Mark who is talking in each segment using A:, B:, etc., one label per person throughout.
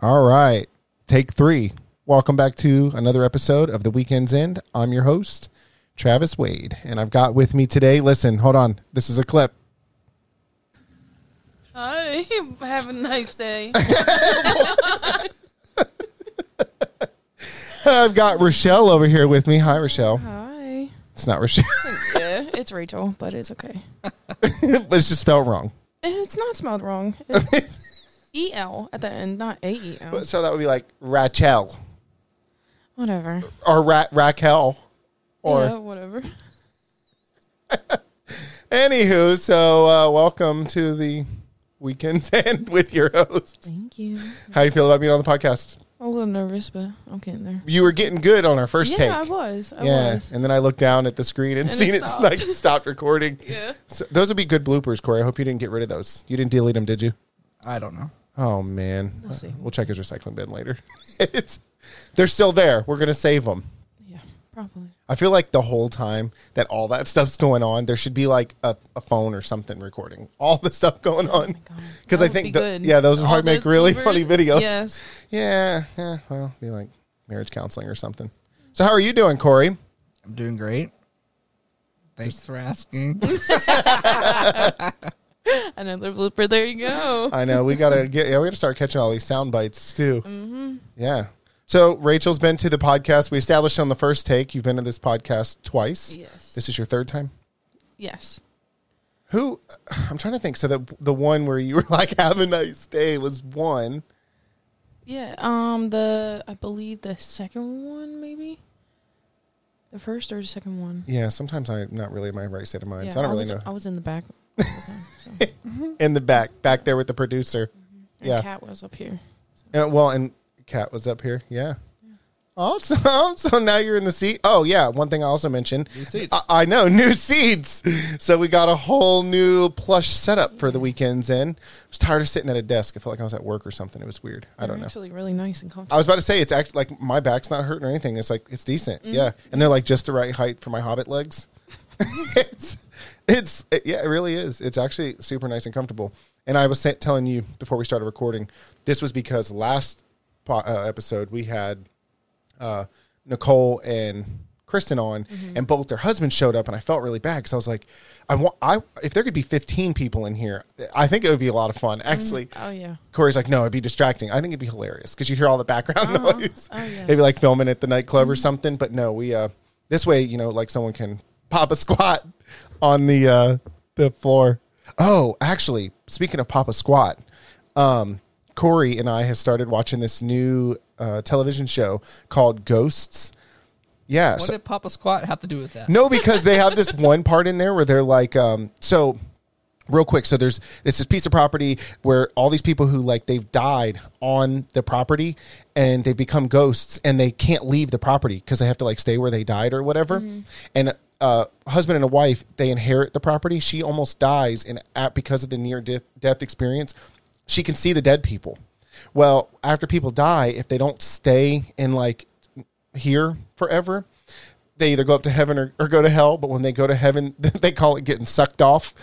A: All right. Take three. Welcome back to another episode of The Weekend's End. I'm your host, Travis Wade. And I've got with me today, listen, hold on. This is a clip.
B: Hi, have a nice day.
A: I've got Rochelle over here with me. Hi, Rochelle.
B: Hi.
A: It's not Rochelle.
B: Yeah, it's Rachel, but it's okay.
A: Let's just spell wrong.
B: It's not spelled wrong. It's E L at the end, not A E L.
A: So that would be like Rachel
B: Whatever.
A: or Ra- Raquel or
B: yeah, whatever.
A: Anywho, so uh, welcome to the weekend's end with your host.
B: Thank you.
A: How you feel about being on the podcast?
B: I'm a little nervous, but I'm getting there.
A: You were getting good on our first
B: yeah,
A: take.
B: I was. I
A: yeah,
B: was.
A: and then I looked down at the screen and,
B: And
A: seen
B: it
A: it,
B: stopped.
A: like stopped recording.
B: Yeah.
A: So those would be good bloopers, Corey. I hope you didn't get rid of those. You didn't delete them, did you?
C: I don't know.
A: Oh man,
B: We'll see.
A: we'll check his recycling bin later. it's they're still there. We're gonna save them.
B: Yeah, probably.
A: I feel like the whole time that all that stuff's going on, there should be like a, a phone or something recording all the stuff going on.
B: Oh God.
A: Because
B: That
A: I
B: would be
A: think, the,
B: good.
A: yeah, those would
B: All
A: probably make
B: those
A: really
B: bloopers.
A: funny videos.
B: Yes.
A: Yeah, yeah. Well, be like marriage counseling or something. So, how are you doing, Corey?
C: I'm doing great. Thanks for asking.
B: Another blooper. There you go.
A: I know we gotta get. Yeah, we gotta start catching all these sound bites too. Mm-hmm. Yeah. So Rachel's been to the podcast. We established on the first take. You've been to this podcast twice.
B: Yes.
A: This is your third time.
B: yes.
A: Who? I'm trying to think. So the the one where you were like, "Have a nice day" was one.
B: Yeah. Um. The I believe the second one maybe. The first or the second one.
A: Yeah. Sometimes I'm not really in my right state of mind, so I don't really
B: was,
A: know.
B: I was in the back. all the time, so.
A: in the back, back there with the producer.
B: And
A: Yeah.
B: Cat was up here.
A: Uh, well, and Kat was up here. Yeah. Awesome. So now you're in the seat. Oh, yeah. One thing I also mentioned.
C: New seats.
A: I, I know, new seats. So we got a whole new plush setup for the weekends in. I was tired of sitting at a desk. I felt like I was at work or something. It was weird. I don't
B: They're
A: know.
B: Actually, really nice and
A: I
B: comfortable.
A: was about to say it's actually like my back's not hurting or anything. It's like it's decent. Yeah. And they're like just the right height for my hobbit legs. it's it's it- yeah, it really is. It's actually super nice and comfortable. And I was sa- telling you before we started recording, this was because last po- uh, episode we had uh, Nicole and Kristen on, and both their husbands showed up, and I felt really bad because I was like, I want I if there could be fifteen people in here, I think it would be a lot of fun actually.
B: oh yeah.
A: Corey's like, no, it'd be distracting. I think it'd be hilarious because you hear all the background noise.
B: Oh, yeah. Mm-hmm.
A: Maybe like filming at the nightclub or something. But no, we uh, this way, you know, like someone can pop a squat on the uh, the floor. Oh, actually, speaking of pop a squat, um, Corey and I have started watching this new uh, television show called Ghosts. Yeah,
C: What
A: so-
C: did Papa Squat have to do with that?
A: no, because they have this one part in there where they're like, um, so real quick. So there's it's this piece of property where all these people who like they've died on the property and they become ghosts and they can't leave the property because they have to like stay where they died or whatever. And uh, husband and a wife they inherit the property. She almost dies and at because of the near death, death experience, she can see the dead people. Well, after people die, if they don't stay in like here forever. They either go up to heaven or, or go to hell, but when they go to heaven, they call it getting sucked off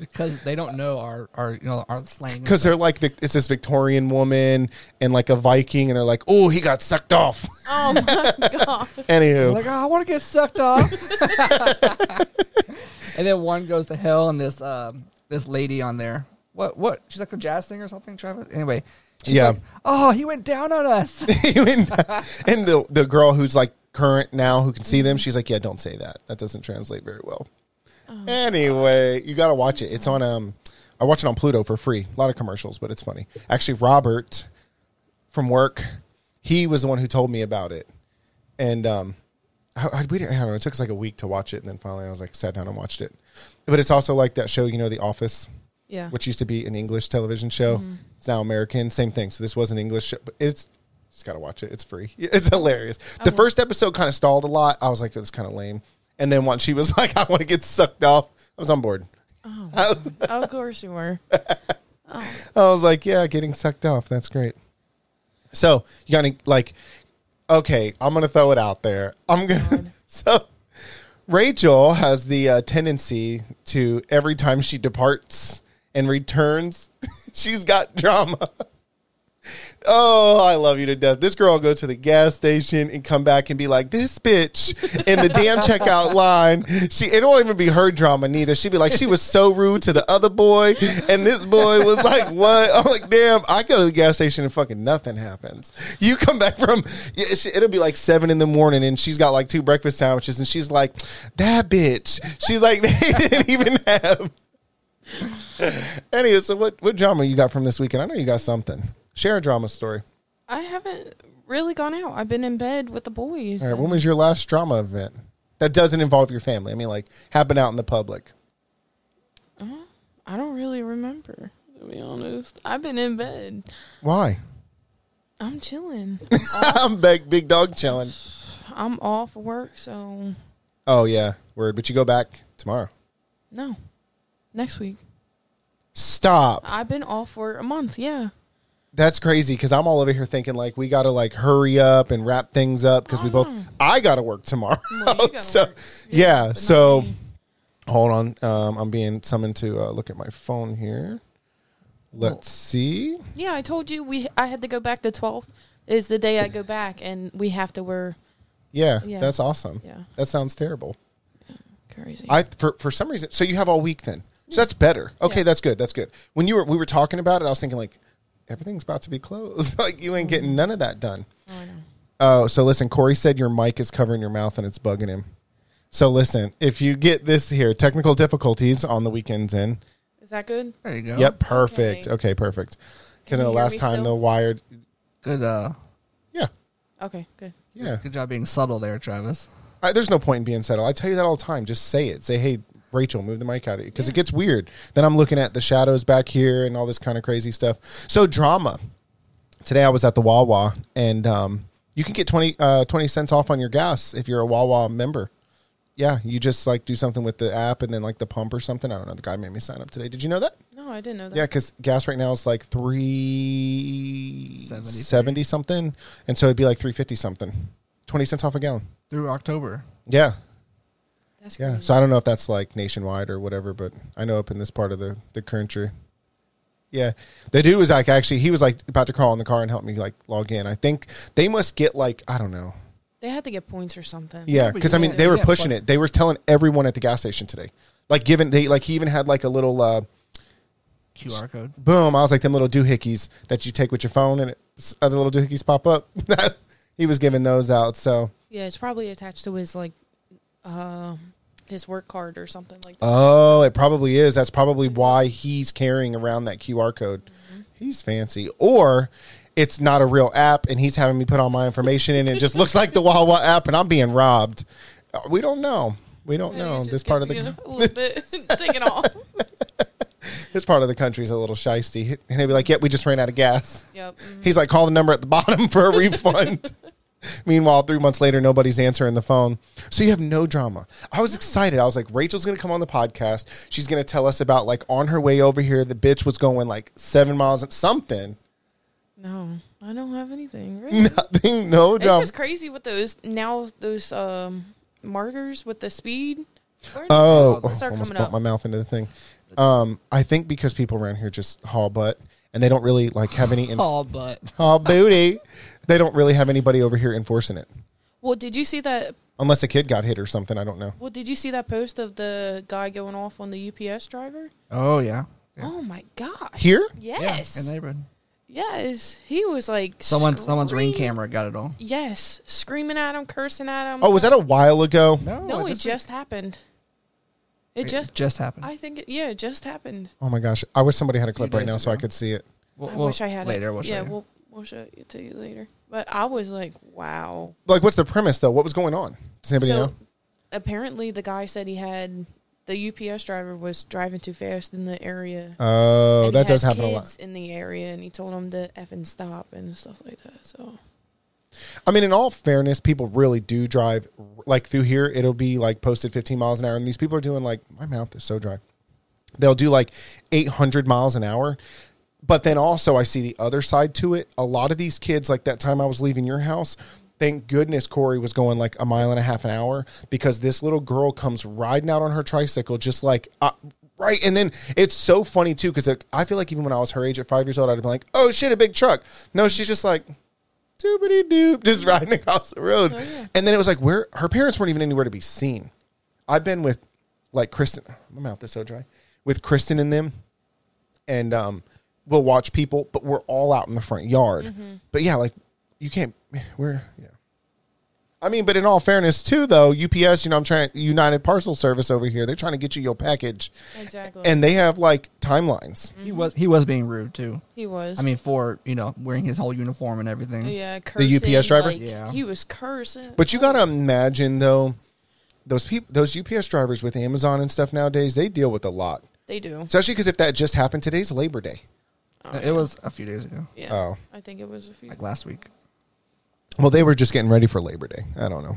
C: Because they don't know our, our you know our slang.
A: because they're like Vic- it's this Victorian woman and like a Viking, and they're like, oh, he got sucked off.
B: Oh my god.
A: Anywho,
C: like, oh, I want to get sucked off. and then one goes to hell, and this um, this lady on there. What what? She's like a jazz singer or something, Travis. Anyway, she's
A: Yeah.
C: like, oh, he went down on us.
A: and, and the the girl who's like current now who can see them, she's like, yeah, don't say that. That doesn't translate very well. anyway, you gotta watch it. It's on um, I watch it on Pluto for free. A lot of commercials, but it's funny. Actually, Robert from work, he was the one who told me about it, and um, I, I, we didn't, I don't know. It took us like a week to watch it, and then finally I was like sat down and watched it. But it's also like that show, you know, The Office
B: Yeah.
A: which used to be an English television show. It's now American. Same thing. So this was an English show, but it's just gotta watch it. It's free. It's hilarious. The first episode kind of stalled a lot. I was like, it's kind of lame. And then once she was like, I want to get sucked off, I was on board.
B: of course you were.
A: I was like, yeah, getting sucked off. That's great. So you gotta like, okay, I'm gonna throw it out there. I'm gonna so. Rachel has the uh, tendency to every time she departs and returns, she's got drama. Oh, I love you to death. This girl will go to the gas station and come back and be like, "This bitch in the damn checkout line." She it won't even be her drama neither. She'd be like, "She was so rude to the other boy, and this boy was like, what?" I'm like, "Damn!" I go to the gas station and fucking nothing happens. You come back from yeah, she- it'll be like seven in the morning, and she's got like two breakfast sandwiches, and she's like, "That bitch." She's like, "They didn't even have." Anyway, so what what drama you got from this weekend? I know you got something. Share a drama story.
B: I haven't really gone out. I've been in bed with the boys.
A: All right, when was your last drama event that doesn't involve your family? I mean, like happen out in the public.
B: I don't really remember, to be honest. I've been in bed.
A: Why?
B: I'm chilling.
A: I'm back, Um, big dog chilling.
B: I'm off work, so
A: Oh yeah, word. But you go back tomorrow.
B: no. Next week.
A: Stop.
B: I've been off for a month, yeah.
A: That's crazy because I'm all over here thinking like we gotta like hurry up and wrap things up because we both. I gotta work tomorrow.
B: Ah. Well, you gotta
A: so
B: work.
A: yeah,
B: but not
A: so
B: me.
A: hold on. Um, I'm being summoned to uh, look at my phone here. Let's
B: Oh.
A: see.
B: Yeah, I told you we I had to go back the 12th is the day I go back and we have to wear
A: Yeah,
B: Yeah.
A: that's awesome.
B: yeah,
A: That sounds terrible.
B: crazy.
A: I for for some reason. So you have all week then. So that's better. Okay,
B: Yeah.
A: that's good. That's good. When you were we were talking about it, I was thinking like everything's about to be closed. like you ain't getting none of that done.
B: oh, I know.
A: Oh, so listen, Corey said your mic is covering your mouth and it's bugging him. So listen, if you get this here, technical difficulties on the weekends in.
B: Is that good?
C: There you go.
A: Yep, perfect.
B: Oh. Okay.
A: Okay, perfect. Because
B: Can you
A: the
B: hear
A: last
B: me
A: time
B: still?
A: the wired,
C: Good. Uh,
A: yeah,
B: Okay, good.
A: yeah.
C: Good job being subtle there, Travis.
A: I, there's no point in being subtle. I tell you that all the time. Just say it. Say, hey, Rachel, move the mic out of you because it gets weird. Then I'm looking at the shadows back here and all this kind of crazy stuff. So drama. Today I was at the Wawa and um, you can get 20, uh, 20 cents off on your gas if you're a Wawa member. Yeah, you just like do something with the app and then like the pump or something. I don't know. The guy made me sign up today. Did you know that?
B: No, I didn't know that.
A: Yeah, because gas right now is like three
C: Seventy-three.
A: seventy something, and so it'd be like three fifty something. Twenty cents off a gallon.
C: Through October.
A: Yeah,
B: That's crazy.
A: yeah. So I don't know if that's like nationwide or whatever, but I know up in this part of the, the country. Yeah. The dude was like actually he was like about to crawl in the car and help me like log in. I think they must get like I don't know.
B: They had to get points or something.
A: Yeah,
C: but
A: because I
C: yeah,
A: mean they were
C: yeah,
A: pushing
C: but-
A: it. They were telling everyone at the gas station today. Like given they like he even had like a little uh
C: QR code.
A: boom, I was like them little doohickeys that you take with your phone and it, other little doohickeys pop up. he was giving those out, so
B: Yeah, it's probably attached to his like uh, his work card or something like that.
A: Oh, it probably is. That's probably why he's carrying around that QR code. He's fancy. Or it's not a real app and he's having me put all my information in and it just looks like the Wawa app and I'm being robbed. Uh, We don't know. We don't know. This part of the
B: a little bit taken off.
A: this part of the country is a little shisty. And he'll be like, Yep, we just ran out of gas.
B: Yep.
A: He's like, call the number at the bottom for a refund. Meanwhile, three months later, nobody's answering the phone. So you have no drama. I was excited. I was like, Rachel's going to come on the podcast. She's going to tell us about, like, on her way over here, the bitch was going like seven miles, something.
B: No, I don't have anything. Really.
A: Nothing, no
B: It's
A: drama.
B: just crazy with those now those um markers with the speed. Where did
A: Oh,
B: those start
A: almost
B: coming
A: bumped my
B: up.
A: mouth into the thing. Um, I think because people around here just haul butt and they don't really, like, have any, in-
C: Oh, but
A: haul booty. They don't really have anybody over here enforcing it.
B: well, did you see that?
A: Unless a kid got hit or something. I don't know.
B: Well, did you see that post of the guy going off on the UPS driver?
C: oh yeah. Yeah.
B: Oh my gosh!
A: Here?
B: Yes,
C: Yeah, in the neighborhood.
B: yes, he was like
C: Someone, someone's ring
B: scream-
C: camera got it all.
B: Yes, screaming at him, cursing at him.
A: Oh, was that a while ago?
C: No,
B: No, it
C: this week-
B: just happened. It just,
C: just happened.
B: I think, it, yeah, it just happened.
A: Oh my gosh! I wish somebody had a clip
C: Few
A: right
C: days
A: now so I
C: ago.
A: could see it.
C: We'll-
B: I
C: we'll-
B: wish I had it.
C: later. We'll show
B: yeah,
C: you.
B: we'll we'll show it to you later. But I was like, wow.
A: Like, what's the premise though? What was going on? Does anybody
B: so
A: know?
B: apparently, the guy said he had the UPS driver was driving too fast in the area.
A: Oh,
B: and he
A: that does
B: had
A: happen a lot.
B: kids In the area, and he told him to effing stop and stuff like that. So
A: I mean, in all fairness, people really do drive like through here. It'll be like posted 15 miles an hour, and these people are doing like my mouth is so dry. They'll do like 800 miles an hour. But then also, I see the other side to it. A lot of these kids, like that time I was leaving your house, thank goodness Corey was going like a mile and a half an hour because this little girl comes riding out on her tricycle, just like uh, Right. And then it's so funny too, because I feel like even when I was her age at five years old, I'd have been like, oh shit, a big truck. No, she's just like, doobity doop, just riding across the road.
B: Mm-hmm. Oh, yeah.
A: And then it was like, where her parents weren't even anywhere to be seen. I've been with like Kristen, my mouth is so dry, with Kristen and them. And um, we'll watch people, but we're all out in the front yard.
B: Mm-hmm.
A: But yeah, like you can't, we're, yeah. I mean, but in all fairness, too, though, UPS, you know, I'm trying United Parcel Service over here. They're trying to get you your package,
B: Exactly.
A: and they have like timelines.
C: He was he was being rude too.
B: he was. Oh,
C: I mean, for you know wearing his whole uniform and everything.
B: yeah, cursing,
A: UPS driver?
B: like,
C: Yeah.
B: He was cursing.
A: But you gotta imagine though, those people, those UPS drivers with Amazon and stuff nowadays, they deal with a lot.
B: they do.
A: Especially because if that just happened, today's Labor Day.
B: Oh,
C: Uh, It was a few days ago,
B: Yeah.
A: Oh,
B: I think it was a few.
C: like last week.
A: well, they were just getting ready for Labor Day. I don't know.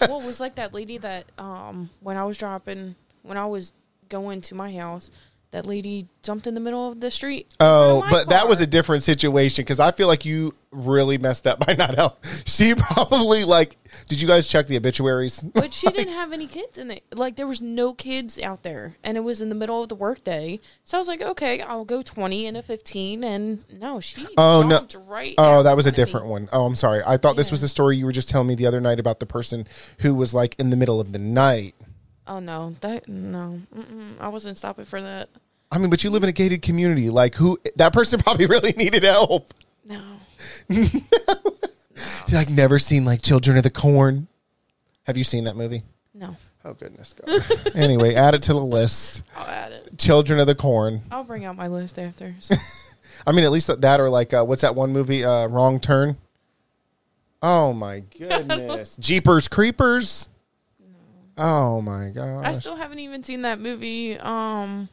B: well, it was like that lady that um when I was dropping when I was going to my house, that lady jumped in the middle of the street. in front
A: Oh,
B: of my
A: but that
B: car.
A: was a different situation because I feel like you really messed up by not help. She probably like, did you guys check the obituaries?
B: But she didn't have any kids in it. Like there was no kids out there, and it was in the middle of the workday. So I was like, okay, I'll go twenty and a fifteen, and no, she
A: Oh, no.
B: jumped right.
A: Oh,
B: out
A: that was a
B: in front of me.
A: different one. Oh, I'm sorry. I thought this
B: Yeah.
A: was the story you were just telling me the other night about the person who was like in the middle of the night.
B: Oh no, that no, Mm-mm, I wasn't stopping for that.
A: I mean, but you live in a gated community. Like, who? That person probably really needed help.
B: No,
A: You're like, never seen like Children of the Corn. Have you seen that movie?
B: no,
A: Oh goodness. God. anyway, add it to the list.
B: I'll add it.
A: Children of the Corn.
B: I'll bring out my list after. So,
A: I mean, at least that or like uh, what's that one movie? Uh, Wrong Turn. Oh my goodness. Jeepers Creepers. Oh my gosh.
B: I still haven't even seen that movie. Um,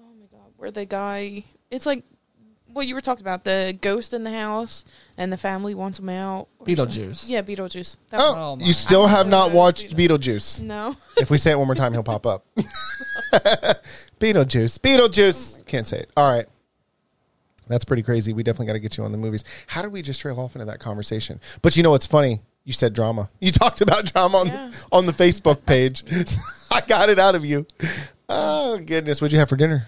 B: oh my god, where the guy? It's like what you were talking about the ghost in the house and the family wants him out. or
C: Beetlejuice.
B: something. Yeah, Beetlejuice. That
A: Oh,
B: one.
C: Oh, my.
A: you still have not
B: I've
A: watched
B: seen
A: Beetlejuice.
B: no.
A: If we say it one more time, he'll pop up. Beetlejuice, Beetlejuice. Can't say it. All right. That's pretty crazy. We definitely got to get you on the movies. How did we just trail off into that conversation? But you know what's funny? You said drama. You talked about drama on,
B: Yeah.
A: on the Facebook page. I got it out of you. Oh, goodness. What'd you have for dinner?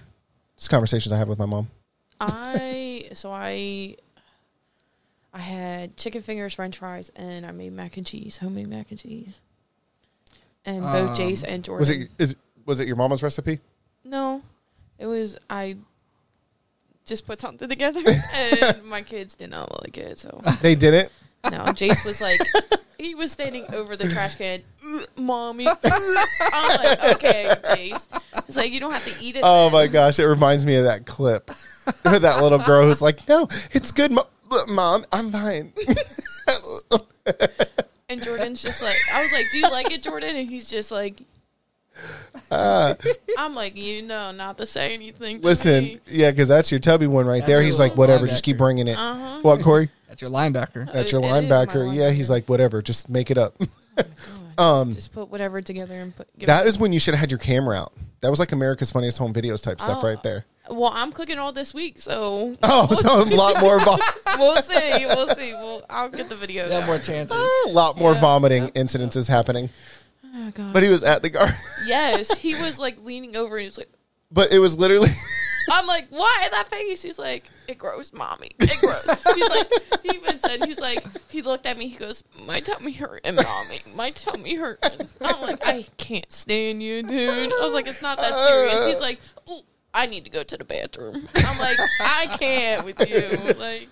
A: It's conversations I have with my mom.
B: I so I I had chicken fingers, French fries, and I made mac and cheese, homemade mac and cheese. And both
C: Um,
B: Jace and Jordan.
A: Was it, is, was it your mama's recipe?
B: No, it was I just put something together, and my kids did not like it. So
A: They did it.
B: no, Jace was like, he was standing over the trash can, "Ugh, mommy. ugh." I'm like, okay, Jace. It's like you don't have to eat it.
A: Oh
B: then."
A: my gosh, it reminds me of that clip with that little girl who's like, "No, it's good, Mo- look, mom. I'm fine."
B: And Jordan's just like, I was like, do you like it, Jordan? And he's just like. I'm like, you know, not to say anything. To
A: Listen, yeah, because that's your tubby one right
C: That's
A: there.
C: your
A: He's
C: little
A: like, "Whatever, just keep
C: linebacker.
A: bringing it."
B: Uh huh.
A: What, Corey?
C: That's your linebacker.
A: That's your
B: It is my
A: linebacker. Yeah, he's
B: linebacker.
A: like, "Whatever, just make it up."
B: Um, just put whatever together and put. Give
A: That is when you should have had your camera out. That was like America's Funniest Home Videos type stuff
B: Oh.
A: right there.
B: well, I'm cooking all this week, so
A: Oh, so a lot more, vom-
B: we'll see. We'll see. We'll, I'll get the video.
C: You have
B: down.
C: more chances.
B: uh,
A: a lot more
B: Yeah.
A: vomiting incidences happening.
B: Oh, God.
A: But he was at the gar.
B: yes, he was like leaning over and he was like,
A: But it was literally.
B: I'm like, why that face? He's like, it grows, mommy. It grows. He's like, he even said, he's like, he looked at me. He goes, my tummy hurting, mommy. My tummy hurting. I'm like, I can't stand you, dude. I was like, it's not that serious. He's like, ooh, I need to go to the bathroom. I'm like, I can't with you. Like,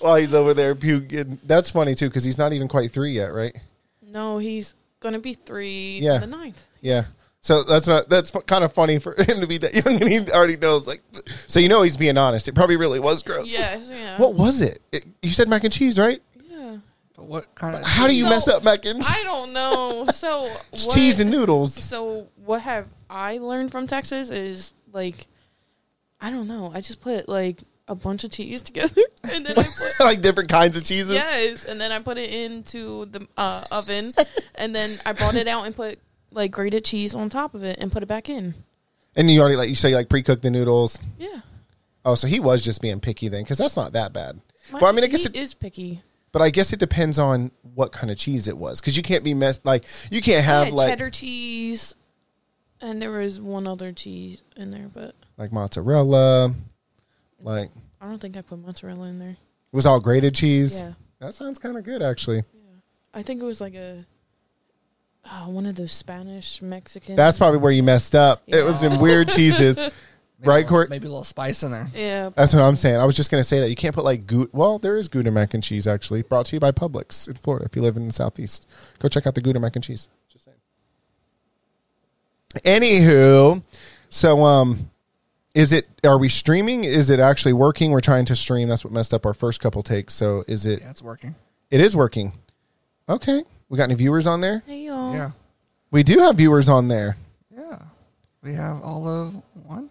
A: While he's over there puking, that's funny too because he's not even quite three yet, right?
B: no, he's gonna be three.
A: Yeah.
B: the ninth.
A: Yeah. So that's not that's kind of funny for him to be that young, and he already knows. Like, so you know he's being honest. It probably really was gross.
B: Yes, yeah,
A: What was it? it you said mac and cheese, right?
B: yeah.
C: But what kind of?
A: How do you
B: So,
A: mess up mac and cheese?
B: I don't know. So what,
A: cheese and noodles?
B: so what have I learned from Texas is like I don't know. I just put like a bunch of cheese together and then I put
A: like different kinds of cheeses.
B: yes, and then I put it into the uh, oven and then I brought it out and put like grated cheese on top of it and put it back in.
A: And you already like you say like pre cook the noodles.
B: Yeah.
A: Oh, so he was just being picky then, because that's not that bad. but I mean, I guess
B: he
A: it,
B: is picky.
A: but I guess it depends on what kind of cheese it was, because you can't be messed like you can't have
B: yeah,
A: like
B: cheddar cheese, And there was one other cheese in there, but
A: like mozzarella, like it
B: I don't think I put mozzarella in there.
A: was all grated cheese.
B: Yeah.
A: That sounds kind of good actually.
B: I think it was like a oh, one of those Spanish Mexican.
A: That's probably where you messed up. It was in weird cheeses.
C: Maybe
A: Right,
C: a little-
A: Court?
C: Maybe a little spice in there.
B: yeah.
A: That's what I'm saying. I was just gonna say that you can't put like Gouda. Well, there is Gouda mac and cheese actually. Brought to you by Publix in Florida. If you live in the southeast, go check out the Gouda mac and cheese. Just saying. Anywho, so um, is it? Are we streaming? Is it actually working? We're trying to stream. That's what messed up our first couple takes. So is it?
C: Yeah, it's working.
A: It is working. Okay, we got any viewers on there?
B: Hey y'all.
C: Yeah.
A: We do have viewers on there.
C: Yeah. We have all of one.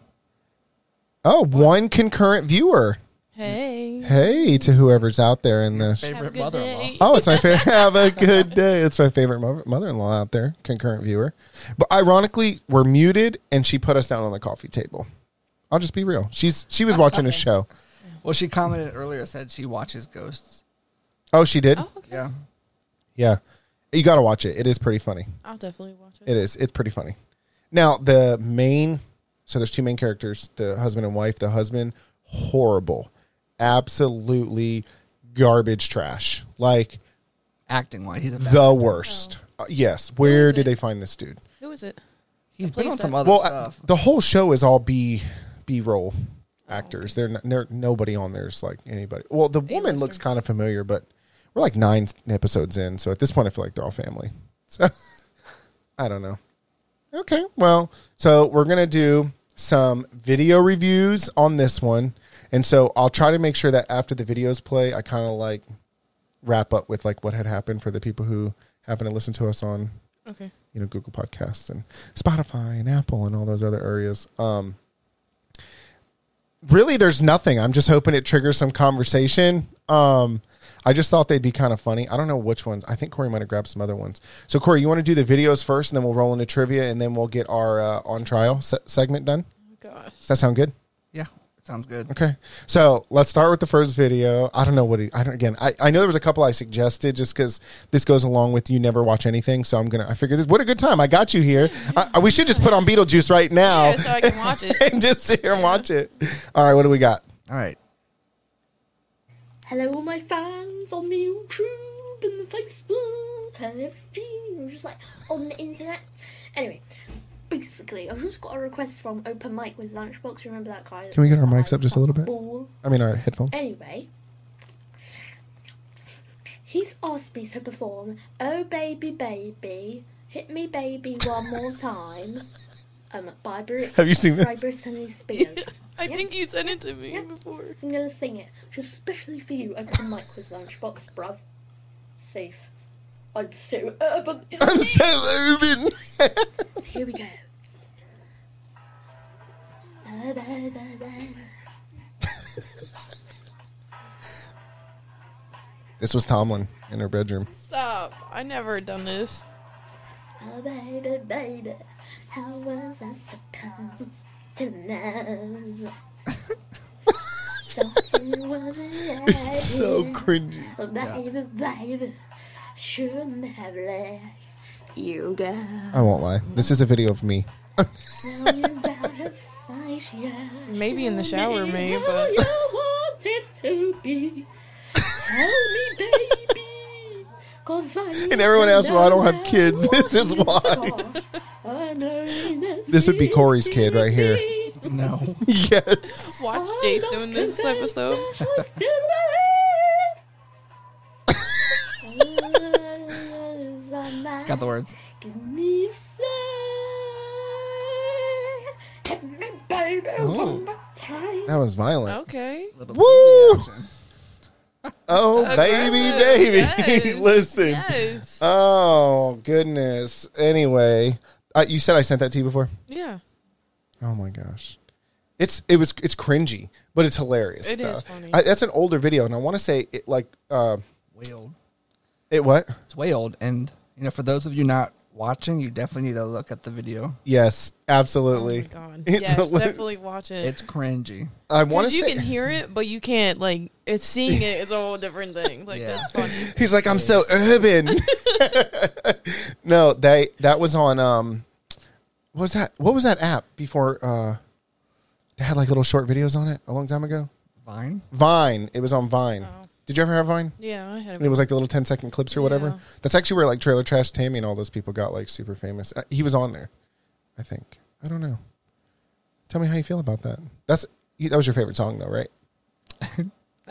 A: Oh, one concurrent viewer.
B: Hey.
A: Hey, to whoever's out there in the
B: Have a
C: Favorite
B: good
C: mother-in-law.
B: day.
A: Oh, it's my favorite. Have a good day. It's my favorite mother in law out there, concurrent viewer. But ironically, we're muted, and she put us down on the coffee table. I'll just be real. She's she was watching a show.
C: Well, she commented earlier, said she watches ghosts.
A: Oh, she did.
B: Oh, okay.
C: Yeah.
A: Yeah, you got to watch it. It is pretty funny.
B: I'll definitely watch it.
A: It is. It's pretty funny. Now the main, so there's two main characters: the husband and wife. The husband, horrible, absolutely garbage trash. Like
C: Acting wise, he's a bad.
A: the worst. Uh, yes. Where did they find this dude?
B: Who is it?
C: he's been
B: Please
C: on
B: don't.
C: some other
A: well, uh,
C: stuff.
A: the whole show is all B B roll actors. They're, not, they're nobody on there's like anybody. Well, the woman looks kind of familiar, but we're like nine episodes in, so at this point, I feel like they're all family. So I don't know. Okay, well, so we're gonna do some video reviews on this one, and so I'll try to make sure that after the videos play, I kind of like wrap up with like what had happened for the people who happen to listen to us on
B: Okay. Oh
A: you know Google Podcasts and Spotify and Apple and all those other areas. Um, really, there's nothing. I'm just hoping it triggers some conversation. Um, I just thought they'd be kind of funny. I don't know which ones. I think Corey might have grabbed some other ones. So Corey, you want to do the videos first, and then we'll roll into trivia, and then we'll get our uh, on trial se- segment done.
B: Oh, gosh.
A: Does that sound good?
C: yeah. Sounds good.
A: Okay. So let's start with the first video. I don't know what he, I don't, again, I, I know there was a couple I suggested just because this goes along with you never watch anything. So I'm going to, I figured this, what a good time. I got you here. I, I- we should just put on Beetlejuice right now
B: Yeah, so I can watch it.
A: and just sit here and watch it. All right. What do we got?
C: All right.
D: Hello, my fans on the YouTube and the Facebook and everything. We're just like on the internet. Anyway, basically, I've just got a request from Open Mic with Lunchbox. Remember that guy?
A: Can we get our mics up just a little bit?
D: Ball.
A: I mean, our headphones.
D: Anyway, he's asked me to perform Oh Baby Baby, Hit Me Baby One More Time um, by, Bru-
A: Have you seen
D: by
A: this?
D: Brittany Spears.
B: I think you sent it to me
D: Yeah.
B: before.
D: I'm gonna sing it just especially for you. Open mic with lunchbox, bruv. Safe. I'm so urban.
A: I'm so urban.
D: Here we go.
A: this was Tomlin in her bedroom.
B: Stop. I never done this.
D: Oh baby, baby, how was I supposed to know? Something was right
A: It's so
D: here.
A: cringy.
D: Oh, baby, baby, shouldn't have let you go.
A: I won't lie. This is a video of me.
D: Now you're out of sight, yeah.
B: Maybe in the
D: Tell
B: shower,
D: me
B: maybe,
D: how
B: but
D: you want it to be. Tell me, baby. 'cause I
A: And everyone else,
D: know
A: well, I don't have
D: now
A: kids.
D: what
A: This is
D: you
A: why.
D: are. I know you know
A: This would be Corey's kid right here.
C: No.
A: yes.
B: watch
D: I'm
B: Jace
D: not
B: doing this type of stuff.
D: convinced that I still believe.
C: Got the words.
D: Give me some. Hit me, baby,
C: Oh.
D: one more time.
A: That was violent.
B: Okay.
C: Little
A: Woo!
C: booty action.
A: Oh,
B: Aggressive.
A: baby, baby.
B: Yes.
A: Listen.
B: Yes.
A: Oh, goodness. Anyway, uh, you said I sent that to you before?
B: yeah.
A: Oh my gosh. It's it was it's cringy, but it's hilarious.
B: It
A: though.
B: is funny.
A: I, that's an older video, and I want to say it like uh,
C: Wailed.
A: it what?
C: It's wailed. And, you know, for those of you not watching, you definitely need to look at the video.
A: Yes,
B: Oh my
A: absolutely.
B: god.
A: It's
B: yes,
A: hilarious.
B: definitely watch it.
C: It's cringy.
A: I want to
B: Because you
A: say
B: can hear it, but you can't like it's seeing it is a whole different thing. Like
C: Yeah.
B: that's funny.
A: He's like, I'm so urban. no, they that was on um, What was that? What was that app before? Uh, that had like little short videos on it a long time ago.
C: Vine.
A: Vine. It was on Vine. Did you ever have Vine?
B: Yeah, I had
A: And it
B: a
A: was like the little 10 second clips or whatever.
B: Yeah.
A: That's actually where like Trailer Trash Tammy and all those people got like super famous. Uh, He was on there, I think. I don't know. Tell me how you feel about that. That's that was your favorite song though, right?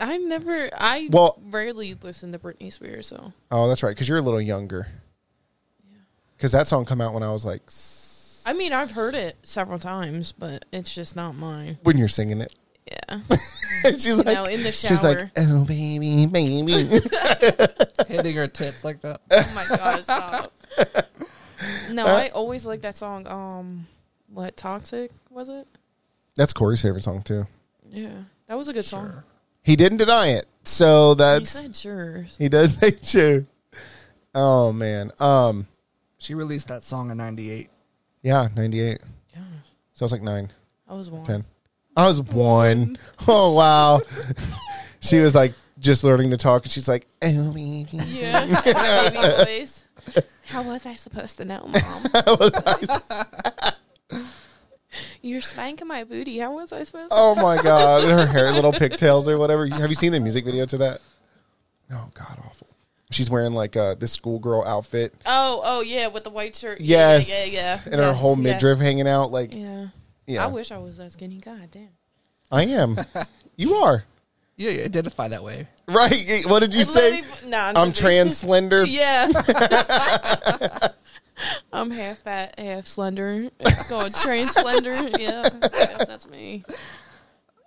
B: I never. I
A: Well-
B: rarely listen to Britney Spears, so
A: Oh, that's right, because you're a little younger. Because that song come out when I was like, s-
B: I mean, I've heard it several times, but it's just not mine.
A: when you're singing it,
B: Yeah.
A: she's like,
B: no, in the shower.
A: she's like, oh baby, baby.
C: Hitting her tits like that.
B: oh my god, stop. No,
A: Uh,
B: I always like that song. Um, what toxic was it?
A: that's Corey's favorite song too.
B: Yeah, that was a good song.
A: He didn't deny it, so
B: He
A: that's
B: said sure.
A: he does say true. Oh man, um,
C: She released that song in '98.
A: yeah, ninety eight.
B: Yeah,
A: So I was like nine.
B: I was one.
A: 10. I was one. Oh, wow. she was like just learning to talk. And she's like, oh, baby.
B: Yeah, baby voice. How was I supposed to know, mom? You're spanking my booty. How was I supposed? to
A: oh my God. And her hair, little pigtails or whatever. Have you seen the music video to that? Oh, God, awful. She's wearing like uh, this schoolgirl outfit.
B: Oh, oh yeah, with the white shirt. Yeah,
A: Yes.
B: Yeah, yeah.
A: And her
B: Yes,
A: whole
B: yes.
A: midriff hanging out. Like,
B: Yeah.
A: yeah. I,
B: I wish I was that skinny. God damn.
A: am. you are.
C: You identify that way.
A: Right. What did you say?
B: Nah,
A: I'm trans slender.
B: Yeah. I'm half fat, half slender. It's called trans slender. Yeah, yeah, that's me.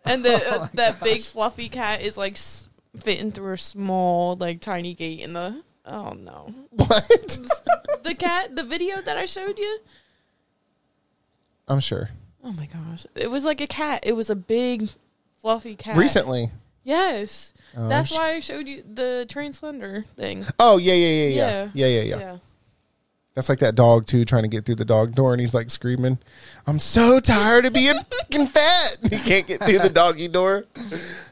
B: And the
A: Oh
B: that big fluffy cat is like s- fitting through a small, like tiny gate in the. Oh no!
A: What?
B: The cat, the video that I showed you.
A: I'm sure.
B: Oh my gosh! It was like a cat. It was a big, fluffy cat.
A: Recently.
B: Yes. That's
A: Oh, sh-
B: why I showed you the trans slender thing.
A: Oh, yeah, yeah, yeah, yeah. Yeah,
B: Yeah.
A: yeah, yeah. yeah. That's like that dog too, trying to get through the dog door, and he's like screaming, "I'm so tired of being fucking fat." He can't get through the doggy door.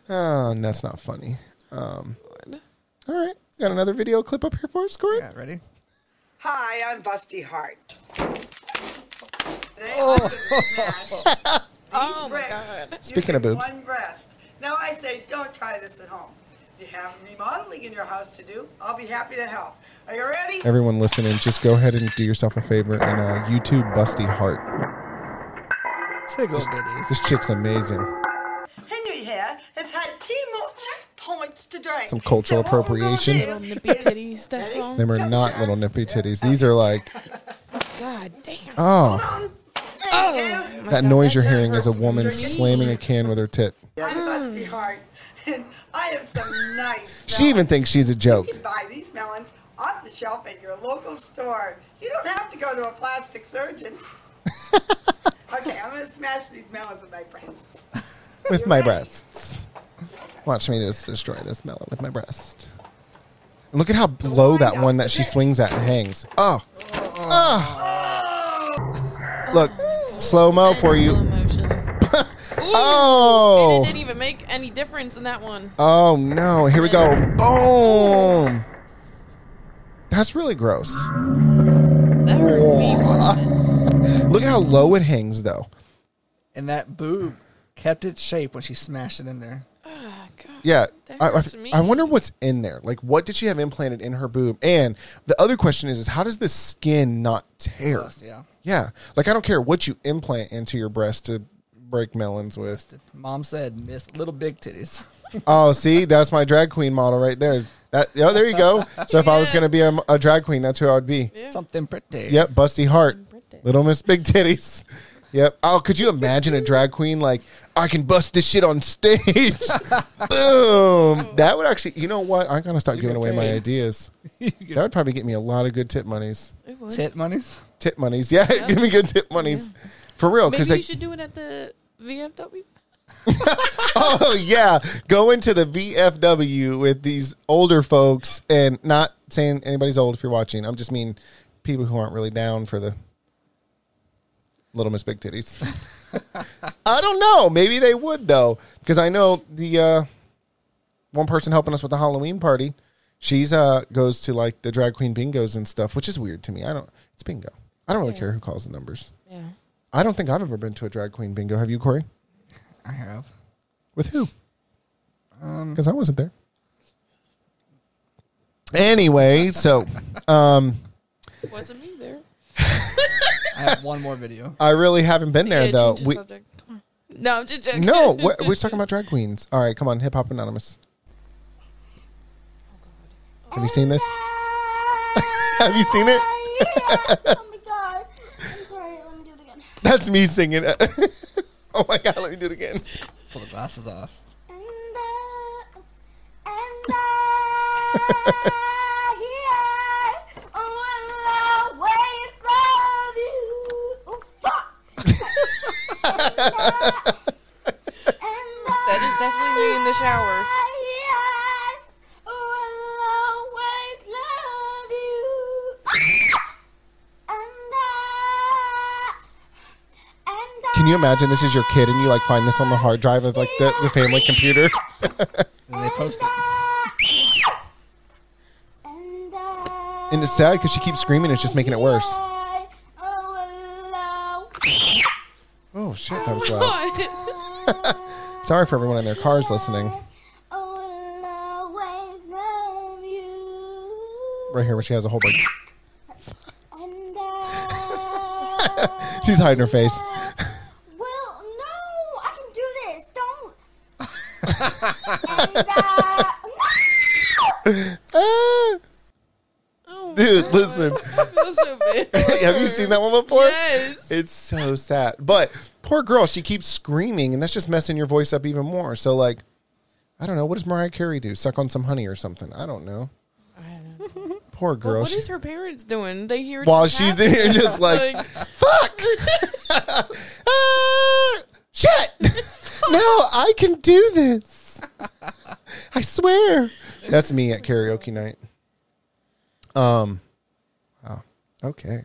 A: Oh, and that's not funny. Um, all right, got another video clip up here for us, Corey.
C: Yeah, ready?
E: Hi, I'm Busty Hart. Today I'm gonna smash these
B: Oh my
E: bricks
B: god.
A: Speaking of
E: using
A: boobs.
E: one breast. Now I say, don't try this at home. If you have remodeling in your house to do, I'll be happy to help. Are you ready?
A: Everyone listening, just go ahead and do yourself a favor and uh, YouTube Busty Heart.
C: Tickle bitties.
A: This chick's amazing.
E: Henry here has had too much points to drink.
A: Some cultural
E: what we're gonna
A: appropriation.
E: do
B: Little nippy
E: is-
B: titties, that song.
A: Them are not little nippy titties. These are like,
B: God damn. Oh
A: oh,
E: There you go.
A: that noise you're hearing is a woman slamming a can with her tit.
E: I'm Busty
B: Mm.
E: Hart, and I have some nice.
A: She even thinks she's a joke.
E: You can buy these melons off the shelf at your local store. You don't have to go to a plastic surgeon. okay, I'm gonna smash these melons with my breasts.
A: with my breasts. Watch me just destroy this melon with my breast. And look at how low that one that she swings at hangs. Oh. Oh. Look, slow mo for
B: Slow
A: you.
B: motion. And it
A: Oh.
B: didn't even make any difference in that one.
A: Oh no. Here we go. Boom. That's really gross. Oh.
B: That hurts me.
A: Look at how low it hangs though.
C: And that boob kept its shape when she smashed it in there.
B: Ah, God.
A: Yeah.
B: That
A: I, I-
B: hurts me.
A: I wonder what's in there. Like, what did she have implanted in her boob? And the other question is, is how does the skin not tear?
C: Yeah.
A: Yeah. Like, I don't care what you implant into your breast to break melons with.
C: Mom said, "Miss little big titties."
A: Oh, see, that's my drag queen model right there. That, oh, there you go. So if I was
B: Yeah.
A: going to be a, a drag queen, that's who I would be.
C: Something pretty.
A: Yep. Busty Heart. Little Miss Big Titties. Yep. Oh, could you imagine a drag queen like, I can bust this shit on stage? Boom. That would actually, you know what? I'm going to stop giving
C: get
A: away my
C: paid.
A: ideas. That would probably get me a lot of good tip monies.
B: It would.
C: Tit monies.
A: Tip monies. Yeah. give me good tip monies. For real.
B: Maybe
A: Because
B: you should do it at the VFW.
A: Oh yeah, go into the VFW with these older folks, and not saying anybody's old if you're watching. I'm just mean people who aren't really down for the Little Miss Big Titties. I don't know. Maybe they would though, because I know the uh, one person helping us with the Halloween party. She's uh goes to like the drag queen bingos and stuff, which is weird to me. I don't. It's bingo. I don't really care who calls the numbers.
B: Yeah.
A: I don't think I've ever been to a drag queen bingo. Have you, Corey?
C: I have.
A: With who? Because I wasn't there. Anyway, so um,
B: Wasn't me there.
C: I have one more video.
A: I really haven't been there
B: Yeah,
A: though.
B: change the
A: We,
B: subject. Come on. No, I'm just joking.
A: no, we're, we're talking about drag queens. All right, come on, Hip Hop Anonymous.
B: Oh,
A: Have you seen this? Have you seen it?
F: oh my god. I'm sorry, let me do it again.
A: That's me singing. oh my god, let me do it again.
C: Pull the glasses off.
F: And uh, and uh, I, yeah, will oh, always love you. Oh, fuck. and uh, I,
B: That is definitely me in the shower.
F: yeah, will oh, always love you. Ah! and I, and uh, I.
A: Can you imagine this is your kid and you like find this on the hard drive of like the, the family computer?
C: And they post it.
F: And I.
A: And it's sad because she keeps screaming. It's just making it worse. Oh shit, that was loud. Sorry for everyone in their cars listening. Right here, where she has a whole bunch. She's hiding her face.
F: Well, no, I can do this. Don't. and, uh, no!
A: Ah,
B: Oh,
A: dude, listen.
B: I feel so bad.
A: Have you seen that one before?
B: Yes.
A: It's so sad. But poor girl, she keeps screaming, and that's just messing your voice up even more. So, like, I don't know. What does Mariah Carey do? Suck on some honey or something? I don't know. Poor girl.
B: What
A: she-
B: is her parents doing? They hear it
A: while
B: just
A: she's in
B: happen.
A: here, just like, fuck. Ah, shit. no, I can do this. I swear. That's me at karaoke night. Um. Wow. Okay.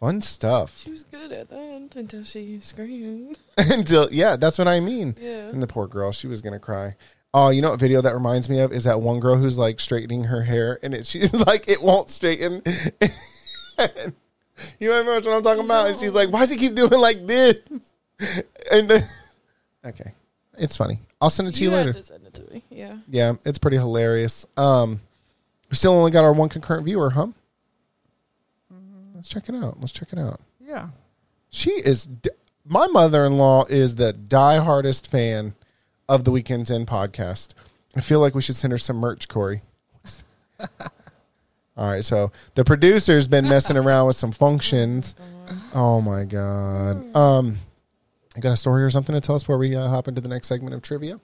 A: Fun stuff.
B: she was good at that until she screamed.
A: until yeah, that's what I mean.
B: Yeah.
A: And the poor girl, she was gonna cry. Oh, you know what video that reminds me of is that one girl who's like straightening her hair, and it she's like it won't straighten. you remember what I'm talking about? And she's like, "Why does he keep doing like this?" And then, okay, it's funny. I'll send it to you,
B: had
A: later.
B: to send it to me. Yeah.
A: Yeah, it's pretty hilarious. Um, we still only got our one concurrent viewer, huh?
B: Mm-hmm.
A: Let's check it out. Let's check it out.
C: Yeah.
A: She is. d- My mother in law is the diehardest fan of the Weekends End podcast. I feel like we should send her some merch, Corey. All right, so the producer's been messing around with some functions. Oh my
C: Hmm.
A: god! Um, you got a story or something to tell us before we uh, hop into the next segment of trivia?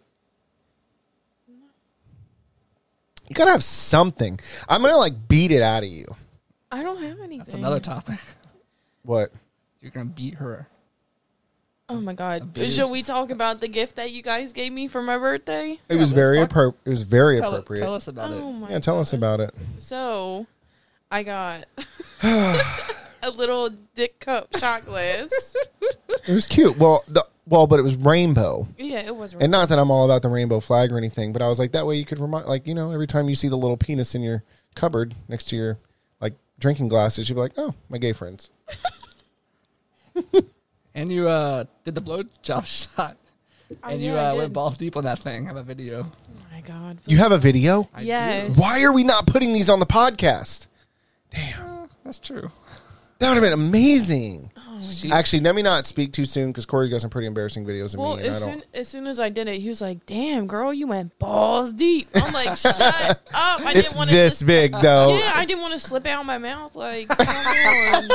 A: You gotta have something. I'm gonna like beat it out of you.
B: I don't have anything.
C: It's another topic.
A: What?
C: You're gonna beat her.
B: Oh my god.
C: beard.
B: Shall we talk about the gift that you guys gave me for my birthday?
A: It was
C: let's
A: very
C: talk-
A: appro- It was very
C: Tell,
A: appropriate.
C: tell us about
B: Oh
C: it.
B: my
A: yeah, tell us about it.
B: So, I got a little dick cup shot glass.
A: It was cute. Well, the well, but it was rainbow,
B: yeah, it was.
A: and not that I'm all about the rainbow flag or anything, but I was like that way you could remind, like you know, every time you see the little penis in your cupboard next to your like drinking glasses, you'd be like, oh, my gay friends.
C: And you uh did the blowjob shot. And you uh, went balls deep on that thing. I have a video.
B: Oh my god.
A: You have a video.
C: I do.
B: yes.
A: Why are we not putting these on the podcast?
C: That's true.
B: Oh
A: That would have been amazing.
C: She,
A: Actually, let me not speak too soon because Corey's got some pretty embarrassing videos of
B: Well,
A: me, and I
B: as
A: don't.
B: soon, as soon as I did it, he was like, "Damn, girl, you went balls deep." I'm like, "Shut up!" I
A: it's
B: didn't want
A: this
B: to.
A: big though.
B: Yeah, I didn't want to slip out my mouth. Like, come on.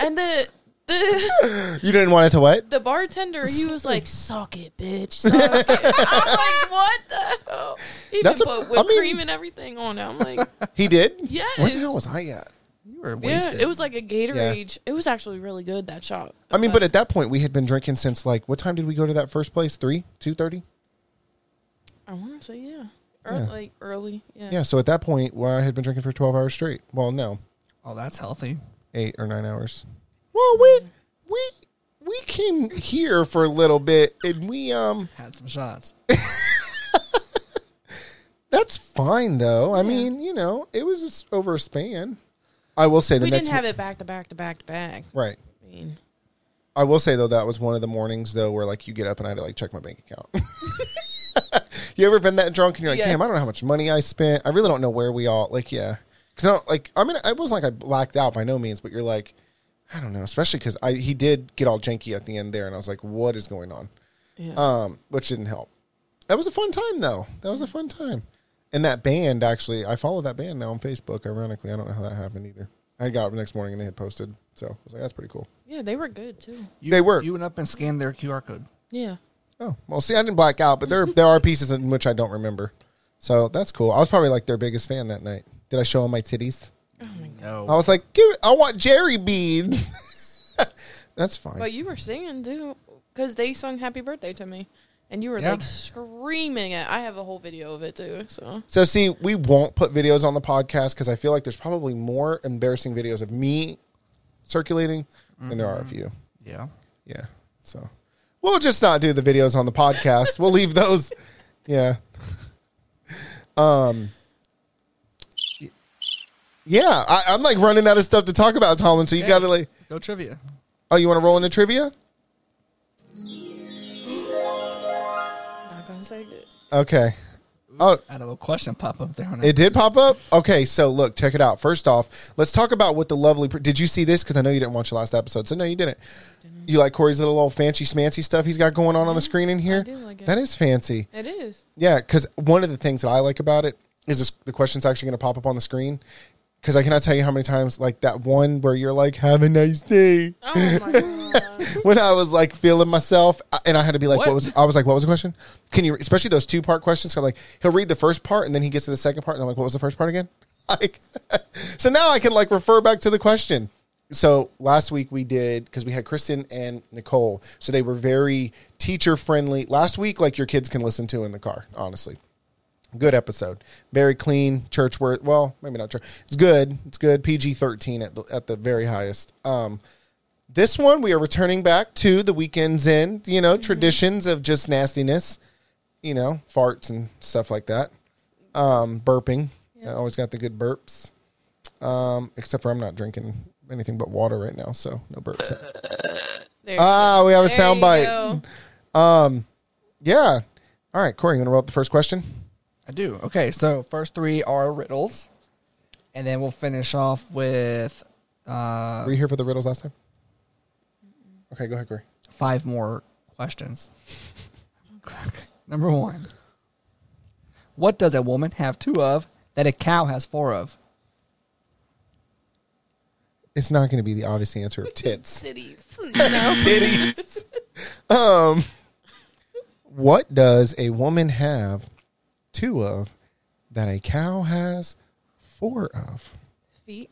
B: and the the
A: You didn't want it to what?
B: the bartender, he was like, "Suck it, bitch." Suck it. I'm like, "What the hell?" He
A: That's
B: That's
A: a-
B: put
A: I
B: whipped
A: mean-
B: cream and everything on it. I'm like,
A: He did.
B: Yes.
A: Where the hell was I at?
C: you were
B: "Yeah,
C: wasted.
B: it was like a Gatorade." It was actually really good that shot.
A: I mean, but at that point, we had been drinking since like what time did we go to that first place? Three, two thirty.
B: I want to say yeah, or
A: Yeah.
B: like early, yeah.
A: Yeah, so at that point, well, I had been drinking for 12 hours straight. Well, no,
C: oh, that's healthy.
A: eight or nine hours. Well, we, we, we came here for a little bit and we, um,
C: Had some shots.
A: that's fine though. I mean, you know, it was just over a span. I will say the
B: We
A: next
B: didn't have it back to back to back to back.
A: Right.
B: I mean,
A: I will say though that was one of the mornings though where like you get up and I had to like check my bank account. you ever been that drunk and you're like,
B: Yeah.
A: damn, I don't know how much money I spent. I really don't know where we all like, yeah, because I don't like. I mean, it wasn't like I blacked out by no means, but you're like, I don't know, especially because I he did get all janky at the end there, and I was like, what is going on?
B: Yeah.
A: Um, which didn't help. That was a fun time though. That was a fun time. And that band actually, I follow that band now on Facebook. Ironically, I don't know how that happened either. I got up the next morning and they had posted, so I was like, that's pretty cool.
B: yeah, they were good too.
C: You,
A: They were.
C: You went up and scanned their QR code.
B: Yeah.
A: Oh well, see, I didn't black out, but there there are pieces in which I don't remember, so that's cool. I was probably like their biggest fan that night. Did I show them my titties? I
C: No.
A: was like, Give it, I want Jerry beads. that's fine.
B: But you were singing too, because they sung "Happy Birthday" to me, and you were
C: Yeah.
B: like screaming it. I have a whole video of it too. So
A: So see, we won't put videos on the podcast because I feel like there's probably more embarrassing videos of me circulating than there are of you.
C: Yeah.
A: Yeah. So we'll just not do the videos on the podcast. we'll leave those. Yeah. Um. Yeah, I, I'm like running out of stuff to talk about, Tomlin. So you gotta like,
C: Go trivia.
A: oh, you want to roll into trivia?
B: not gonna say good.
A: Okay. Oh,
C: I had a little question pop up there. On
A: It did pop up. Okay, so look, check it out. First off, let's talk about what the lovely. pr- Did you see this? Because I know you didn't watch the last episode, so no, you didn't. You like Corey's little old fancy schmancy stuff he's got going on on the screen in here.
B: do like it.
A: That is fancy.
B: It is.
A: Yeah, because one of the things that I like about it is this, the question's actually going to pop up on the screen. Because I cannot tell you how many times like that one where you're like, "Have a nice day,"
B: Oh my god.
A: when I was like feeling myself, I- and I had to be like, what?
C: What?
A: was?" I was like, "What was the question?" Can you, especially those two part questions? 'cause I'm like, he'll read the first part, and then he gets to the second part, and I'm like, "What was the first part again?" Like, so now I can like refer back to the question. So last week we did because we had Kristen and Nicole, so they were very teacher friendly. Last week, like your kids can listen to in the car, honestly good episode. Very clean, church worth. Well, maybe not church. It's good. It's good. PG thirteen at the at the very highest. Um, this one we are returning back to the weekend's end. You know,
B: Mm-hmm.
A: traditions of just nastiness. You know, farts and stuff like that. Um, burping. I always got the good burps. Um, except for I'm not drinking anything but water right now, so no burps.
B: There.
A: ah, we have a
B: There you
A: sound bite.
B: go.
A: Yeah. All right, Corey, you want to roll up the first question?
C: I do. Okay, so first three are riddles, and then we'll finish off with uh,
A: Were you here for the riddles last time? Okay, go ahead, Corey.
C: five more questions. Number one What does a woman have two of that a cow has four of?
A: It's not going to be the obvious answer of tits.
B: Cities. No.
A: Titties. um, what does a woman have two of that a cow has four of?
B: Feet.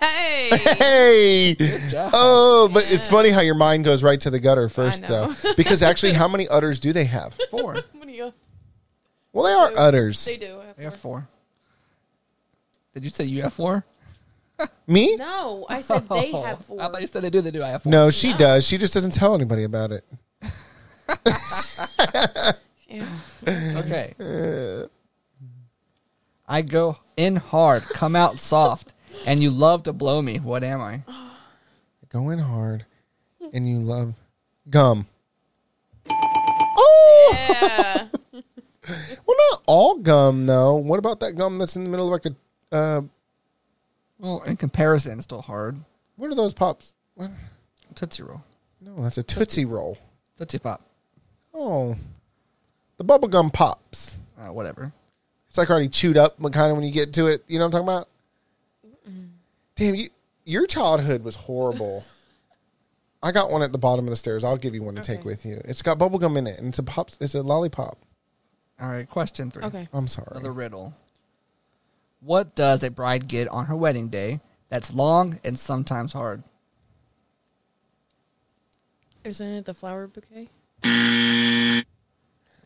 B: Hey.
A: Hey.
C: job.
A: Oh, but it's funny how your mind goes right to the gutter first, though.
B: know.
A: Because actually, how many udders do they have?
C: Four.
B: What do you?
A: Well, they are
B: Two.
A: udders.
B: They do. have
C: I have
B: four.
C: four. Did you say you have four? Oh,
A: Me?
B: No, I said they have four.
C: I thought you said they do. They do. I have four.
A: No, she does. She just doesn't tell anybody about it.
B: Yeah.
C: Okay. I go in hard, come out soft, and you love to blow me. What am I?
A: going hard and you love gum. Oh,
B: yeah.
A: well, not all gum though. What about that gum that's in the middle of like a? Uh,
C: Well, in comparison, it's still hard.
A: what are those pops? What?
C: Tootsie roll,
A: No, that's a tootsie roll.
C: tootsie pop,
A: Oh, the bubble gum pops.
C: uh, whatever.
A: It's like already chewed up, but kind of when you get to it, you know what I'm talking about. Damn, you, your childhood was horrible. I got one at the bottom of the stairs. I'll give you one to take
B: Okay.
A: with you. It's got bubble gum in it, and it's a pops. It's a lollipop.
C: All right. Question three.
B: Okay.
A: I'm sorry.
C: Another riddle. What does a bride get on her wedding day that's long and sometimes hard?
B: Isn't it the flower bouquet?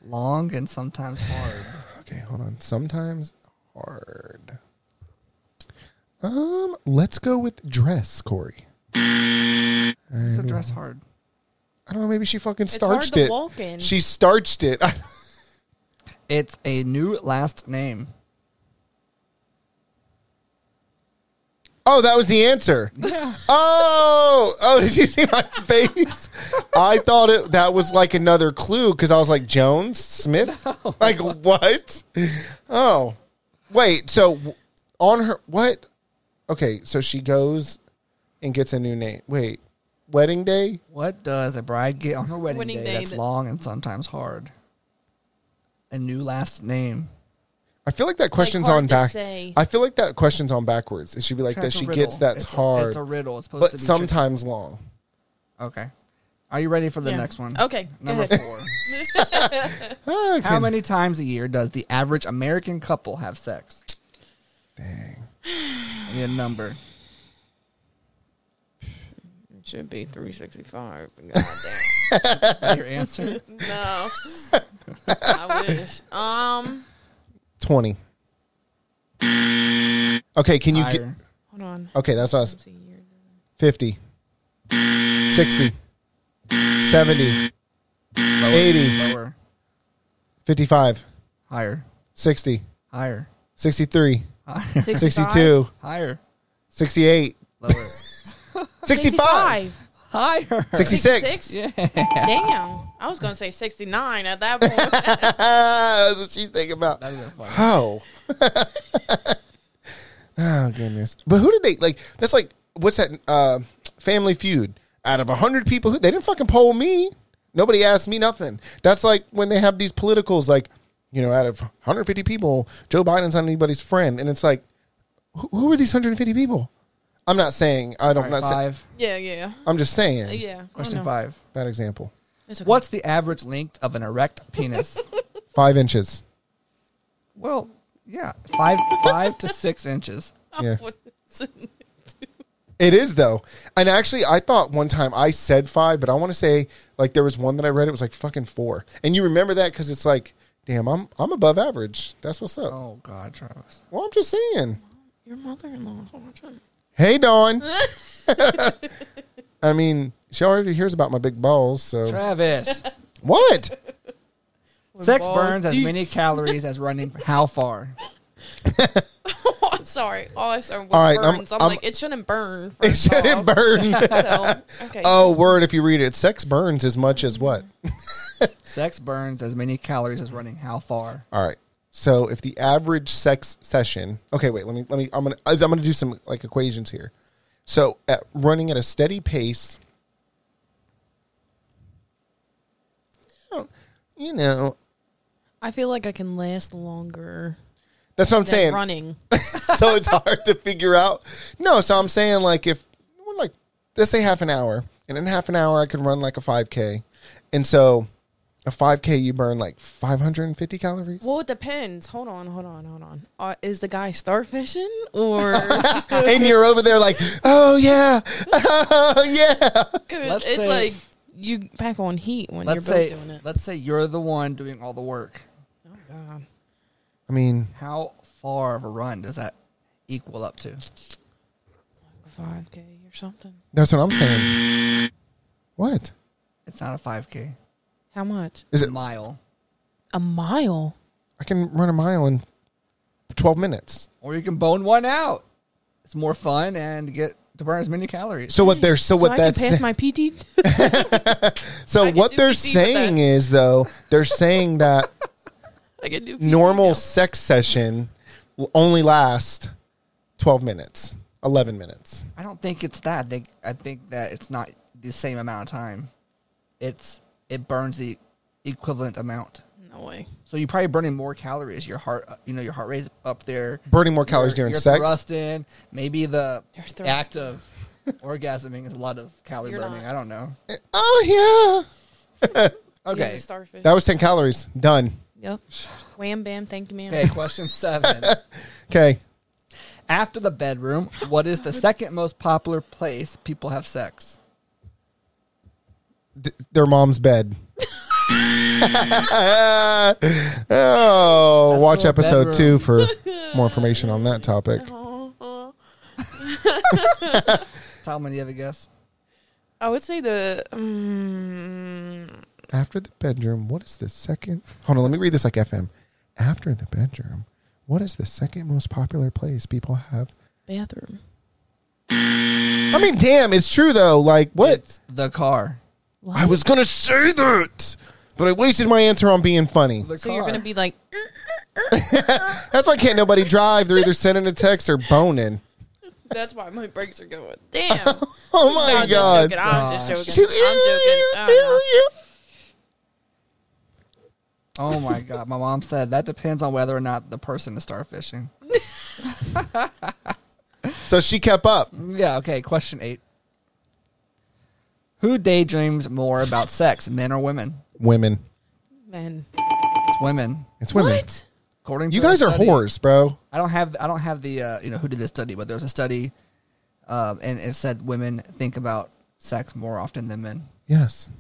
C: Long and sometimes hard.
A: Okay, hold on. Sometimes hard. Um, let's go with dress, Corey.
C: It's a dress hard.
A: I don't know. Maybe she fucking
B: hard
A: starched
B: to
A: it.
B: walk in.
A: She starched it.
C: It's a new last name.
A: Oh, that was the answer. Oh, oh, did you see my face? I thought it that was like another clue because I was like Jones Smith. Like what? Oh, wait. So on her what? Okay, so she goes and gets a new name. Wait, wedding day.
C: What does a bride get on her wedding,
B: Wedding
C: day,
B: day
C: that's
B: that-
C: long and sometimes hard? A new last name.
A: I feel like that question's
B: hard
A: on
B: to
A: back.
B: say.
A: I feel like that question's on backwards. It should be like that.
C: That's a
A: She
C: riddle.
A: gets that's
C: It's a-
A: hard,
C: it's a riddle. It's supposed to
A: but
C: be tricky.
A: sometimes long.
C: Okay. Are you ready for the
B: Yeah.
C: next one?
B: Okay, go
C: Number
B: ahead.
C: four.
A: Ah, Okay.
C: How many times a year does the average American couple have sex? Dang. I need a number.
B: It should be 365.
C: Is that your answer?
B: no. I wish. Um,
A: Twenty. Okay, can you get?
C: Higher.
B: hold on.
A: Okay, that's what I was. 50, 60, 70,
C: Lower.
A: 80.
C: Lower.
A: 55,
C: Higher.
A: 60,
C: Higher.
A: 63,
C: Higher.
A: 62,
C: Higher.
A: 68,
C: Lower.
A: 65,
C: Higher.
A: 66.
B: Yeah. Damn. I was going to say 69 at that point.
A: That's what she's thinking about.
C: That would've been funny.
A: How? oh goodness! But who did they like? That's like what's that? Uh, Family Feud. Out of hundred people, who they didn't fucking poll me. Nobody asked me nothing. That's like when they have these politicals, like you know, out of 150 people, Joe Biden's not anybody's friend, and it's like, who, who are these 150 people? I'm not saying I don't.
C: All
A: not Oh, say-
C: right, five.
B: yeah, yeah.
A: I'm just saying.
B: Yeah. I
C: Question
B: know.
C: five.
A: Bad example.
B: It's okay.
C: What's the average length of an erect penis?
A: Five inches.
C: well, yeah, five, five to six inches.
A: Yeah.
B: What is it?
A: It is though, and actually, I thought one time I said five, but I want to say like there was one that I read. It was like fucking four, and you remember that because it's like, damn, I'm I'm above average. That's what's up.
C: Oh God, Travis.
A: Well, I'm just saying.
B: Your mother in law's watching.
A: Hey, Dawn. I mean, she already hears about my big balls, so
C: Travis.
A: what?
C: Sex
B: balls
C: burns as
B: deep.
C: many calories as running. How far?
B: Oh, sorry. All I saw was
A: All right, I'm-
B: burns. I'm,
A: I'm-
B: like, it shouldn't burn.
A: It
B: first
A: shouldn't
B: off.
A: burn.
B: So, okay.
A: oh, word! If you read it, sex burns as much as what?
C: Sex burns as many calories as running. How far?
A: All right. So if the average sex session, okay, wait, let me let me I'm gonna I'm gonna do some like equations here. So at running at a steady pace, you know,
B: I feel like I can last longer
A: that's what I'm
B: than
A: saying.
B: running.
A: so it's hard to figure out. No, so I'm saying like if well, like let's say half an hour, and in half an hour I could run like a 5K, and so a 5K you burn like 550 calories.
B: Well, it depends. Hold on, hold on, hold on. Uh, is the guy starfishing or
A: and you're over there like, oh yeah, oh yeah.
B: 'Cause
C: Let's
B: it's
C: say-
B: like you pack on heat when
C: Let's
B: you're both
C: say,
B: doing it. Uh,
C: let's say you're the one doing all the work.
A: I mean,
C: How far of a run does that equal up to?
B: Five k or something.
A: that's what I'm saying. What
C: It's not a 5K.
B: How much?
A: is
C: a
A: it?
C: mile,
B: A mile.
A: I can run a mile in 12 minutes.
C: or you can bone one out. It's more fun and get to burn as many calories.
A: So what they're so,
B: So
A: what
B: I
A: that's
B: can pass my PT.
A: so
B: I can
A: what
B: do
A: they're
B: PT with
A: saying
B: that.
A: is though they're saying that
B: I can do PT
A: normal
B: now.
A: sex session will only last 12 minutes, 11 minutes.
C: I don't think it's that. I think I think that it's not the same amount of time. It's it burns the equivalent amount.
B: No way.
C: So you're probably burning more calories. Your heart, you know, your heart rate's up there.
A: Burning more calories
C: You're-
A: during
C: you're
A: sex.
C: Thrusting. Maybe the
B: You're thrusting.
C: act of orgasming is a lot of calorie
B: You're
C: burning.
B: not.
C: I don't know.
A: Oh
B: You're
C: Okay.
B: the starfish.
A: yeah, that was 10 calories. Done.
B: yep. Wham bam. Thank you, ma'am.
C: Okay. Question seven.
A: Okay.
C: After the bedroom, what is the second most popular place people have sex?
A: d- their mom's bed. oh,
C: That's
A: watch
C: still a
A: episode two
C: bedroom.
A: for more information on that topic.
B: Oh,
C: Talman, you have a guess?
B: I would say the. Um,
A: After the bedroom, what is the second? Hold on, let me read this like FM. After the bedroom, what is the second most popular place people have
B: bathroom.
A: I mean, damn, it's true though. Like, what?
C: It's the car.
A: I was gonna say that, but I wasted my answer on being funny.
C: The
B: So you're
C: car.
B: gonna be like, "Er,
A: That's why can't nobody drive. They're either sending a text or boning.
B: that's why my brakes are going. Damn.
A: Oh my
B: I'm
A: god!
B: Just joking. I'm just joking. I'm
A: She-
B: joking. Oh,
C: Oh my god, my mom said that depends on whether or not the person is starfishing.
A: So she kept up.
C: Yeah, okay, question 8. Who daydreams more about sex, men or women?
A: Women.
B: no. Men.
C: It's women.
A: It's women.
B: What?
C: According to
A: You
C: a
A: guys are
C: study-
A: whores, bro.
C: I don't have I don't have the uh, you know who did this study, but there was a study um, and it said women think about sex more often than men.
A: Yes.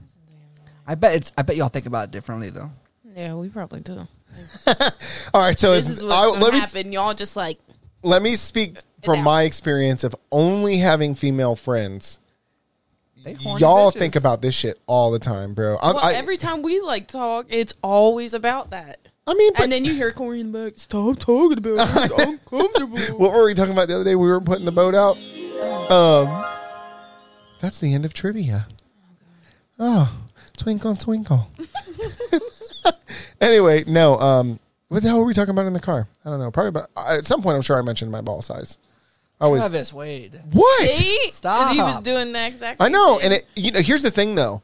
C: I bet it's I bet y'all think about it differently though.
B: Yeah, we probably do.
A: All right. So
B: This
A: it's-
B: is
A: I-
B: what's gonna
A: let me
B: happen. Y'all just like
A: let me speak from
B: out.
A: my experience of only having female friends.
C: They horny
A: Y'all
C: bitches.
A: think about this shit all the time, bro. I,
B: well,
A: I,
B: every time we like talk, it's always about that.
A: I mean, but
B: And then you hear Corey in the back, stop talking about it. It's uncomfortable.
A: what were we talking about the other day? We were putting the boat out. Um, that's the end of trivia. Oh, twinkle, twinkle. anyway, no. Um, what the hell were we talking about in the car? I don't know. Probably about I- at some point. I'm sure I mentioned my ball size. I always
C: Travis Wade.
A: what?
B: See?
C: Stop.
B: And he was doing the exact
A: I
B: same
A: know,
B: thing.
A: and it, you know, here's the thing though.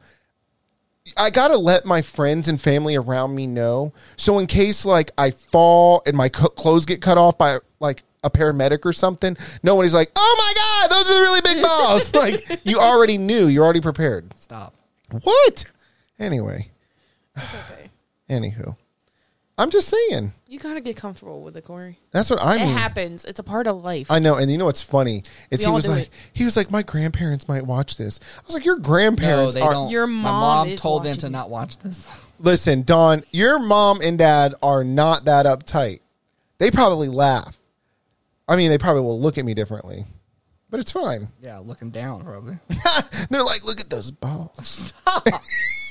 A: I gotta let my friends and family around me know, so in case like I fall and my co- clothes get cut off by like a paramedic or something, nobody's like, "Oh my god, those are the really big balls!" like you already knew, you're already prepared.
C: Stop.
A: What? Anyway,
B: It's okay.
A: anywho, I'm just saying.
B: You gotta get comfortable with it, Corey.
A: That's what I
B: It
A: mean.
B: happens. It's a part of life.
A: I know, and you know what's funny is
B: We
A: he
B: all
A: was
B: do
A: like,
B: it.
A: he was like, my grandparents might watch this. I was like, your grandparents
C: no, they
A: are
C: don't.
B: Your
C: my
B: mom
C: mom
B: is
C: told them
B: watching
C: to
B: you.
C: not watch this.
A: Listen, Don, your mom and dad are not that uptight. They probably laugh. I mean, they probably will look at me differently, but it's fine.
C: Yeah, looking down probably.
A: They're like, look at those balls.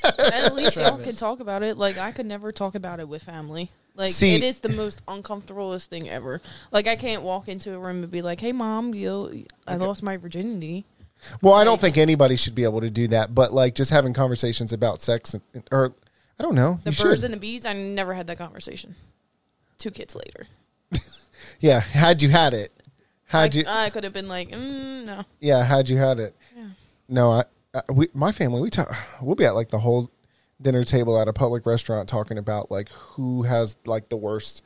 B: at least y'all can talk about it. Like I could never talk about it with family. Like
A: See-
B: it is the most uncomfortablest thing ever. Like I can't walk into a room and be like, "Hey, mom, you, I lost my virginity."
A: Well, I don't think anybody should be able to do that, but like just having conversations about sex and, or I don't know.
B: The
A: you
B: birds
A: should.
B: and the bees. I never had that conversation. Two kids later,
A: yeah, had you had it. Had you
B: I could have been like, mm, "No,
A: Yeah, had you had it. No, I, I we, my family we talk. We'll be at like the whole dinner table at a public restaurant talking about like who has like the worst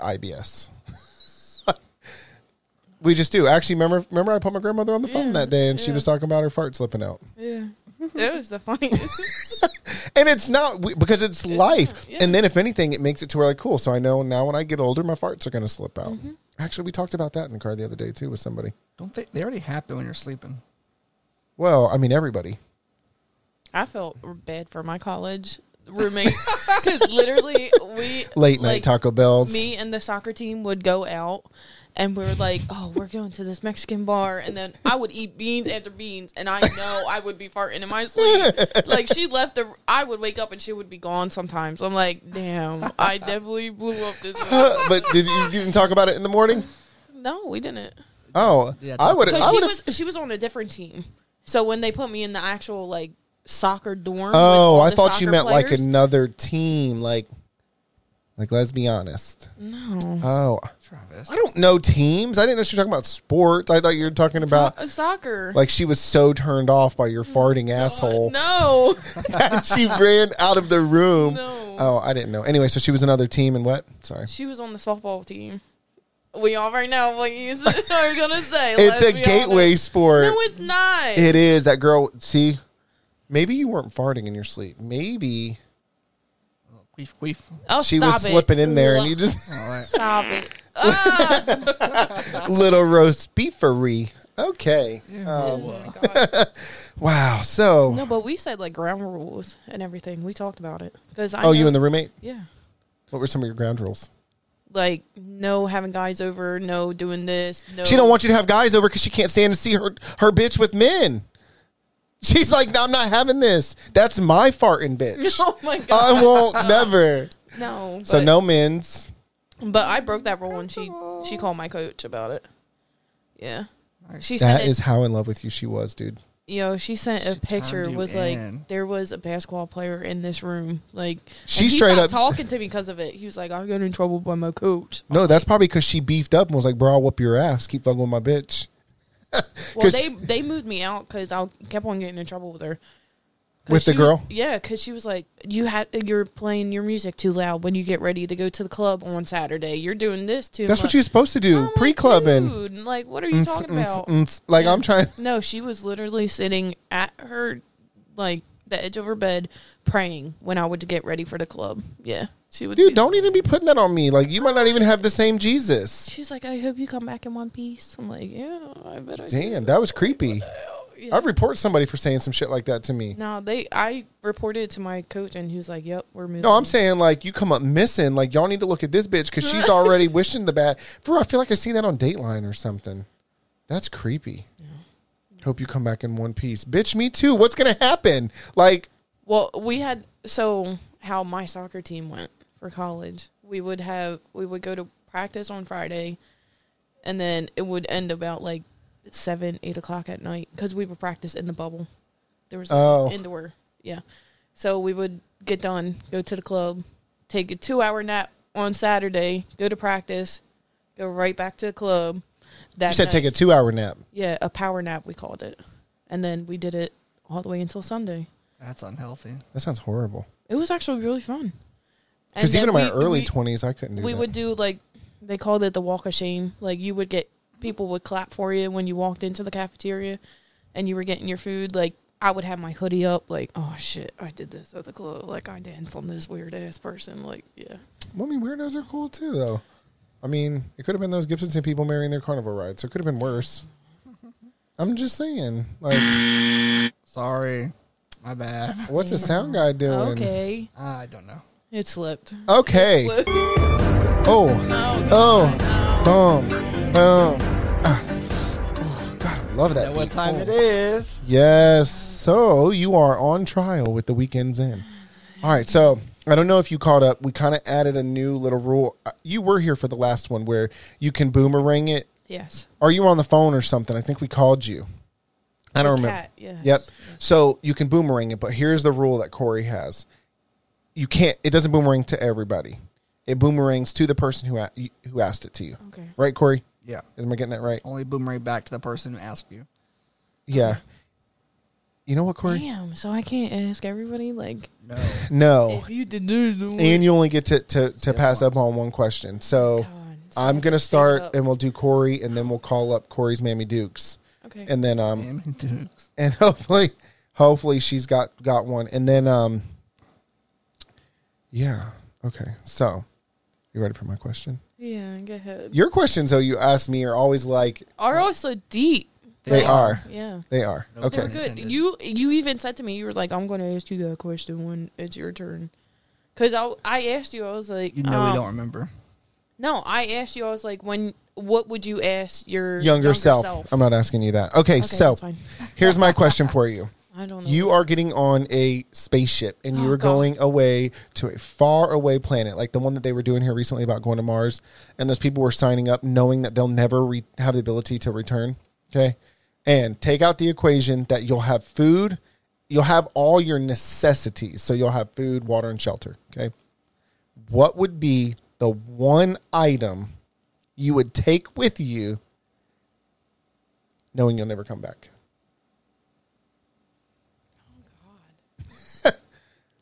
A: IBS. we just do. Actually, remember remember I put my grandmother on the phone
B: Yeah,
A: that day and she
B: yeah.
A: was talking about her fart slipping out.
B: yeah." it was the funniest.
A: And it's not we- because it's, life.
B: yeah.
A: And then if anything, it makes it to where like cool. So I know now when I get older, my farts are going to slip out.
B: Mm-hmm.
A: Actually, we talked about that in the car the other day too with somebody.
C: Don't think they already happen when you're sleeping.
A: Well, I mean everybody.
B: I felt bad for my college roommate because literally we
A: Late night
B: like,
A: Taco Bells.
B: me and the soccer team would go out and we were like, oh, we're going to this Mexican bar. And then I would eat beans after beans. And I know I would be farting in my sleep. like, she left the, I would wake up and she would be gone sometimes. I'm like, damn, I definitely blew up this one.
A: but did you, you didn't talk about it in the morning?
B: No, we didn't.
A: Oh,
C: Yeah,
A: I
C: talk-
A: would.
B: Because
A: I
B: she
A: would.
B: was, she was on a different team. So when they put me in the actual, like, soccer dorm. with
A: Oh,
B: all
A: I
B: the
A: thought you
B: soccer
A: meant like
B: players-
A: another team. Like, like let's be honest.
B: No.
A: Oh,
C: Travis.
A: I don't know teams. I didn't know she was talking about sports. I thought you were talking about
B: Uh, soccer. Uh,
A: like she was so turned off by your farting asshole
B: No.
A: that she ran out of the room.
B: No.
A: Oh, I didn't know. Anyway, so she was another team and what? Sorry.
B: She was on the softball team. We all right now what you s- are gonna say.
A: It's
B: let's
A: a
B: be
A: gateway
B: honest.
A: sport.
B: No, it's not.
A: It is that girl. See, maybe you weren't farting in your sleep. Maybe
C: Queef queef.
B: oh,
A: she
B: stop
A: was
B: it.
A: slipping in there, and
B: Ugh,
A: you just.
C: All right.
B: stop it. Ah!
A: little roast beefery. Okay. Um,
B: oh my God.
A: Wow. So,
B: No, but we said like ground rules and everything. We talked about it because I.
A: oh, you
B: know-
A: and the roommate.
B: yeah.
A: What were some of your ground rules?
B: Like no having guys over, no doing this. No,
A: She don't want you to have guys over because she can't stand to see her her bitch with men. She's like, I'm not having this. That's my farting bitch.
B: Oh my god.
A: I won't never.
B: no. But,
A: So no men's.
B: But I broke that rule and she she called my coach about it. Yeah. She
A: That
B: sent
A: is
B: it.
A: how in love with you she was, dude.
B: yo, she sent a picture.
C: turned you
B: Was
C: in.
B: like there was a basketball player in this room. Like and
A: She
B: he
A: straight
B: stopped
A: up-
B: talking to me because of it. He was like, "I got in trouble by Oh, my coach."
A: No, that's probably because she beefed up and was like, "Bro, I'll whoop your ass. Keep fucking with my bitch."
B: Well,
A: 'Cause-
B: they they moved me out because I kept on getting in trouble with her. 'Cause
A: With the
B: she was-
A: girl?
B: yeah, because she was like, "You had you're playing your music too loud when you get ready to go to the club on Saturday. You're doing this too."
A: That's what
B: much."
A: you're supposed to do.
B: I'm like,
A: Pre-clubbing.
B: Oh, "Dude," like, what are you talking about?
A: Like I'm trying.
B: No, she was literally sitting at her, like the edge of her bed, praying when I would get ready for the club. Yeah, she would.
A: Dude,
B: do-
A: don't e- even be putting that on me. Like you might not even have the same Jesus.
B: She's like, I hope you come back in one piece. I'm like, yeah, I bet I. do."
A: Damn, that was creepy.
B: Yeah.
A: I'd report somebody for saying some shit like that to me.
B: No, they. I reported it to my coach, and he was like, "Yep, we're moving."
A: No, I'm saying like you come up missing. Like y'all need to look at this bitch because she's already wishing the bad. Bro, I feel like I seen that on Dateline or something. That's creepy. Hope you come back in one piece, bitch. Me too. What's gonna happen? Like
B: Well, we had so how my soccer team went for college. We would have we would go to practice on Friday, and then it would end about like seven, eight o'clock at night because we would practice in the bubble. There was like
A: Oh.
B: indoor, yeah. So we would get done, go to the club, take a two-hour nap on Saturday, go to practice, go right back to the club. That
A: you said,
B: night-
A: take a two-hour nap.
B: yeah, a power nap we called it, and then we did it all the way until Sunday.
C: That's unhealthy.
A: That sounds horrible.
B: It was actually really fun. And
A: Because
B: then
A: even in my
B: we-
A: early
B: we-
A: twenties, I couldn't do
B: we
A: that.
B: would do like they called it the walk of shame. Like you would get people would clap for you when you walked into the cafeteria, and you were getting your food. Like I would have my hoodie up, like oh shit, I did this at the club. Like I danced on this weird ass person. Like yeah,
A: Well, I mean, weirdos are cool too, though. I mean, it could have been those Gibson people marrying their carnival rides. So it could have been worse. I'm just saying. Like,
C: Sorry. My bad.
A: what's the sound guy doing?
B: okay,
C: I don't know.
B: it slipped.
A: Okay. Oh,
B: Oh,
A: oh, boom, boom. Ah. Oh, God, I love that.
C: Know what
A: beat.
C: time
A: Oh.
C: it is?
A: Yes. So you are on trial with the weekend's end. All right. So I don't know if you caught up. We kind of added a new little rule. Uh, You were here for the last one where you can boomerang it.
B: yes,
A: Or you were on the phone or something. I think we called you. I don't
B: The
A: remember.
B: cat, yes.
A: Yep. So you can boomerang it, but here's the rule that Corey has. You can't. It doesn't boomerang to everybody. It boomerangs to the person who a- who asked it to you.
B: Okay.
A: Right, Corey?
C: Yeah.
A: Am I getting that right?
C: Only boomerang back to the person who asked you.
A: Yeah. You know what, Corey?
B: damn. So I can't ask everybody like
C: No.
A: No.
B: if you did this.
A: Oh. and you only get to to, to pass up on one question. So
B: so
A: I'm gonna start,
B: up.
A: and we'll do Corey, and then we'll call up Corey's Mammy Dukes,
B: Okay.
A: and then um
C: Damn it, Dukes.
A: and hopefully hopefully she's got got one, and then um yeah okay so you ready for my question?
B: yeah, go ahead.
A: Your questions though you ask me are always like
B: Are also deep.
A: they are
B: Yeah.
A: they are
B: They were
A: okay
B: good.
C: Intended.
B: You you even said to me you were like I'm going to ask you that question when it's your turn, because I I asked you I was like
C: You know we
B: um,
C: don't remember.
B: no I asked you I was like when what would you ask your
A: younger, self. Um, I'm not asking you that okay, so
B: that's fine.
A: here's my question for you.
B: I don't know
A: You are getting on a spaceship and you
B: Oh,
A: are
B: God.
A: going away to a far away planet, like the one that they were doing here recently about going to Mars. And those people were signing up knowing that they'll never re- have the ability to return. Okay. And take out the equation that you'll have food, you'll have all your necessities. So you'll have food, water, and shelter. Okay. What would be the one item you would take with you knowing you'll never come back?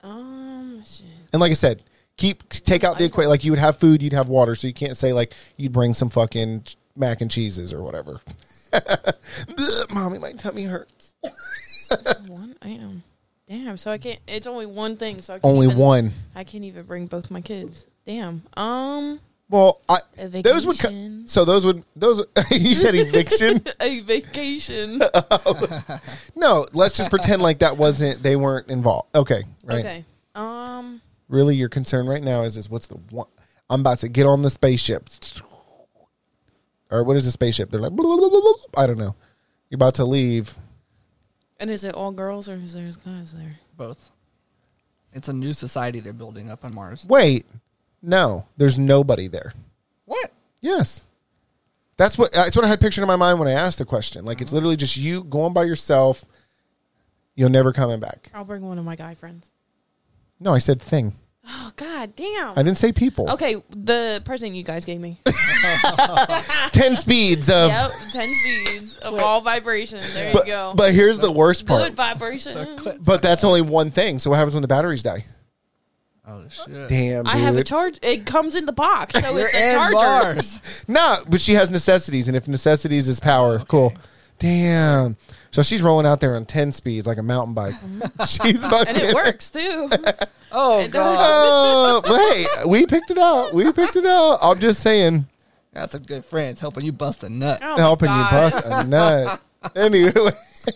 B: um shit.
A: And like I said, keep take out the equation. Like you would have food, you'd have water, so you can't say like you'd bring some fucking ch- mac and cheeses or whatever. Bleh, Mommy, my tummy hurts.
B: one item damn so I can't it's only one thing so I can't
A: Only
B: even-
A: one.
B: I can't even bring both my kids damn um
A: Well, I,
B: A
A: those would co-
B: vacation.
A: so those would those you said eviction.
B: a vacation
A: no, let's just pretend like that wasn't they weren't involved. Okay, right.
B: okay um
A: Really, your concern right now is is what's the one? I'm about to get on the spaceship. Or what is a spaceship? They're like, "Blah, blah, blah, blah, blah." I don't know. You're about to leave.
B: and is it all girls or is there guys there
C: Both. It's a new society they're building up on Mars.
A: Wait, no, there's nobody there.
C: What?
A: Yes. That's what that's what I had pictured in my mind when I asked the question. Like
B: Mm-hmm.
A: it's literally just you going by yourself. You'll never coming back.
B: I'll bring one of my guy friends.
A: No, I said thing.
B: Oh god damn.
A: I didn't say people.
B: okay, the present you guys gave me.
A: Ten speeds of.
B: yep, ten speeds of all vibration. There
A: But,
B: you go.
A: but here's the worst part.
B: good vibration.
A: But that's only one thing. So what happens when the batteries die?
C: Oh shit!
A: Damn,
B: I have a
A: dude.
B: charge. It comes in the box, so it's a
C: And
B: charger.
C: bars.
A: Nah, but she has necessities, and if necessities is
B: Oh,
A: power, cool. Damn. So she's rolling out there on ten speeds like a mountain bike. She's fucking.
B: And it works too.
C: Oh god,
A: Oh, but hey, we picked it out. We picked it out. I'm just saying,
C: that's a good friend. It's helping you bust a nut.
B: Oh my
A: helping
B: God.
A: you bust a nut. Anyway,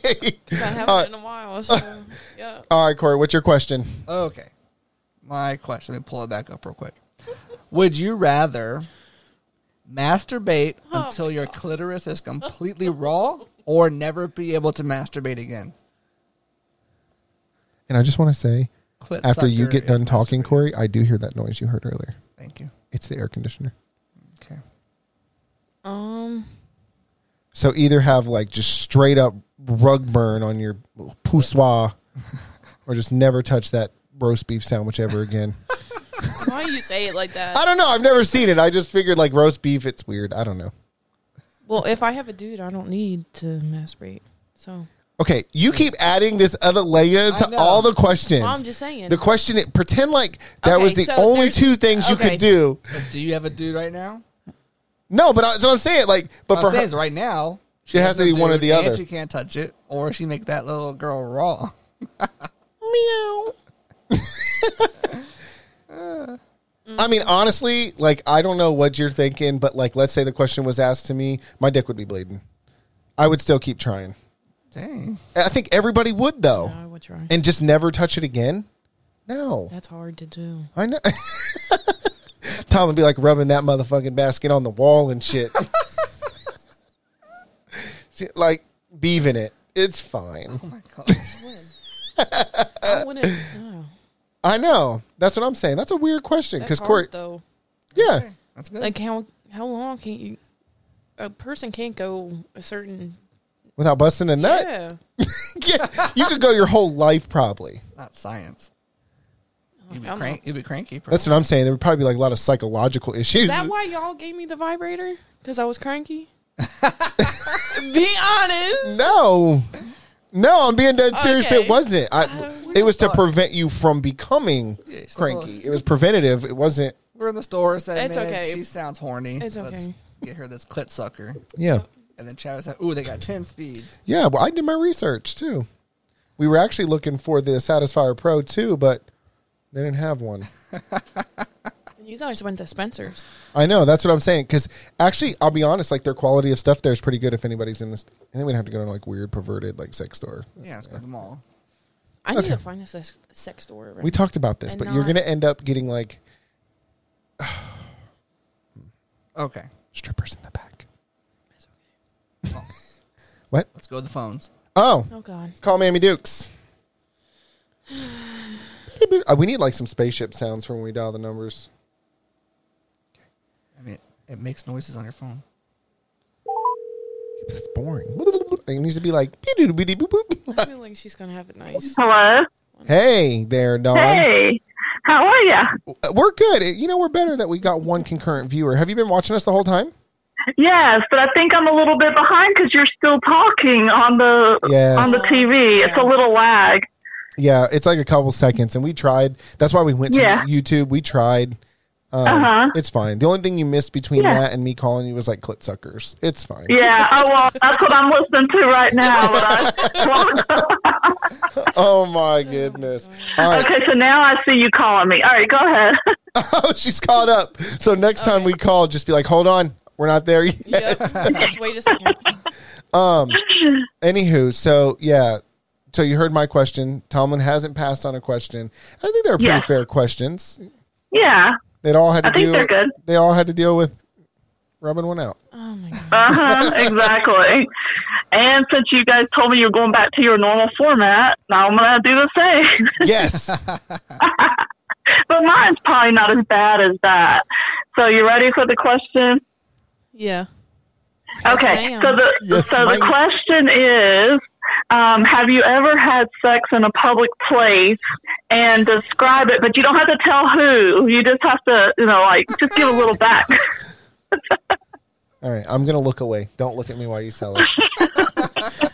B: I haven't
A: Uh,
B: in a while. So, yeah.
A: all right, Corey, what's your question?
B: Oh.
C: Okay, my question. Let me pull it back up real quick. Would you rather masturbate
B: Oh,
C: until your clitoris is completely raw, or never be able to masturbate again?
A: And I just want to say,
C: Clit
A: after you
C: sucker
A: get done
C: is
A: talking,
C: masturbating.
A: Corey, I do hear that noise you heard earlier.
C: Thank you.
A: It's the air conditioner.
C: Okay.
B: Um.
A: So either have like just straight up rug burn on your poussoir, or just never touch that roast beef sandwich ever again.
B: Why do you say it like that?
A: I don't know. I've never seen it. I just figured like roast beef, it's weird. I don't know.
B: Well, if I have a dude, I don't need to masturbate. So
A: Okay, you keep adding this other layer
C: I
A: to
C: know.
A: all the questions.
B: Well, I'm just saying.
A: The question pretend like that
B: Okay,
A: was the
B: so
A: only
B: there's-
A: two things you
B: okay.
A: could do.
C: But do you have a dude right now?
A: No, but I, that's what I'm saying. Like, but
C: But
A: for
C: I'm saying
A: her,
C: is right now,
A: It has
C: has
A: to
C: a
A: be one or the
C: and
A: other.
C: She can't touch it, or she make that little girl raw.
A: meow. I mean, honestly, like I don't know what you're thinking, but like, let's say the question was asked to me, my dick would be bleeding. I would still keep trying.
C: Dang.
A: I think everybody would though,
B: I would try.
A: and just never touch it again. No,
B: That's hard to do.
A: I know. Tom would be like rubbing that motherfucking basket on the wall and shit. Shit, like beaving it. It's fine.
C: Oh my god.
B: I wouldn't. No.
A: I know. That's what I'm saying. That's a weird question
B: That's
A: because
B: hard
A: Corey.
B: though.
A: Yeah.
C: That's good.
B: Like how how long can you? A person can't go a certain.
A: Without busting a nut,
B: Yeah.
A: yeah. you could go your whole life probably.
C: not science. You'd be,
B: I'm
C: crank, you'd be cranky. Bro.
A: That's what I'm saying. There would probably be like a lot of psychological issues.
B: Is that why y'all gave me the vibrator? Because I was cranky. Be honest.
A: No. No, I'm being dead serious.
B: Okay. Uh,
A: It wasn't. I,
B: we
A: it was to
C: thought-
A: prevent you from becoming
C: Yeah, it's
A: cranky. It was preventative. It wasn't.
C: We're in the store saying,
B: It's okay.
C: she sounds horny.
B: It's
C: Let's
B: okay.
C: get her this clit sucker.
A: Yeah.
C: And then Travis said, ooh, they got 10 speed.
A: Yeah, well, I did my research too. We were actually looking for the Satisfier Pro too, but they didn't have one.
B: You guys went to Spencer's.
A: I know that's what I'm saying. Because actually, I'll be honest, like their quality of stuff there is pretty good. If anybody's in this, and then we'd have to go to like weird, perverted, like sex store.
C: Yeah, let's go to the mall.
B: I need to find a sex, sex store.
A: We talked about this,
B: And
A: but you're
B: not-
A: gonna end up getting like
C: Okay.
A: strippers in the back. what?
C: Let's go to the phones.
A: Oh,
B: oh God.
A: call Mammy Dukes. Uh, We need like some spaceship sounds for when we dial the numbers.
C: I mean, it makes noises on your phone.
A: That's boring. It needs to be like. "Beep-doop-doop-beep-doop-boop."
B: I feel like she's gonna have it nice.
G: Hello.
A: Hey there, Dawn. Uh,
G: Hey. How are ya?
A: We're good. You know, we're better that we got one concurrent viewer. Have you been watching us the whole time?
G: Yes, but I think I'm a little bit behind because you're still talking on the
A: Yes.
G: on the TV. It's a little lag.
A: Yeah, it's like a couple seconds, and we tried. That's why we went to
G: Yeah.
A: YouTube. We tried. Um,
G: Uh-huh.
A: It's fine. The only thing you missed between
G: Yeah.
A: that and me calling you was like clit suckers. It's fine.
G: Yeah. Oh well, that's what I'm listening to right now. But I,
A: Oh my goodness. All right.
G: okay, so now I see you calling me. All right, go ahead.
A: Oh, she's caught up. So next time we call, just be like, hold on, we're not there yet.
B: Yep. Just wait a second.
A: Anywho, so yeah. So you heard my question. Tomlin hasn't passed on a question. I think they're pretty
G: Yeah.
A: fair questions.
G: Yeah.
A: They all had to
G: I think
A: deal.
G: they're good.
A: They all had to deal with rubbing one out.
B: Oh my God.
G: Uh huh. exactly. And since you guys told me you're going back to your normal format, now I'm gonna do the same.
A: Yes.
G: but mine's probably not as bad as that. So you ready for the question?
B: Yeah.
G: Okay.
B: ma'am.
G: So the
A: Yes,
G: so the
A: ma'am.
G: question is, um, have you ever had sex in a public place and describe it? But you don't have to tell who. You just have to, you know, like just give a little back.
A: All right, I'm gonna look away. Don't look at me while you tell us.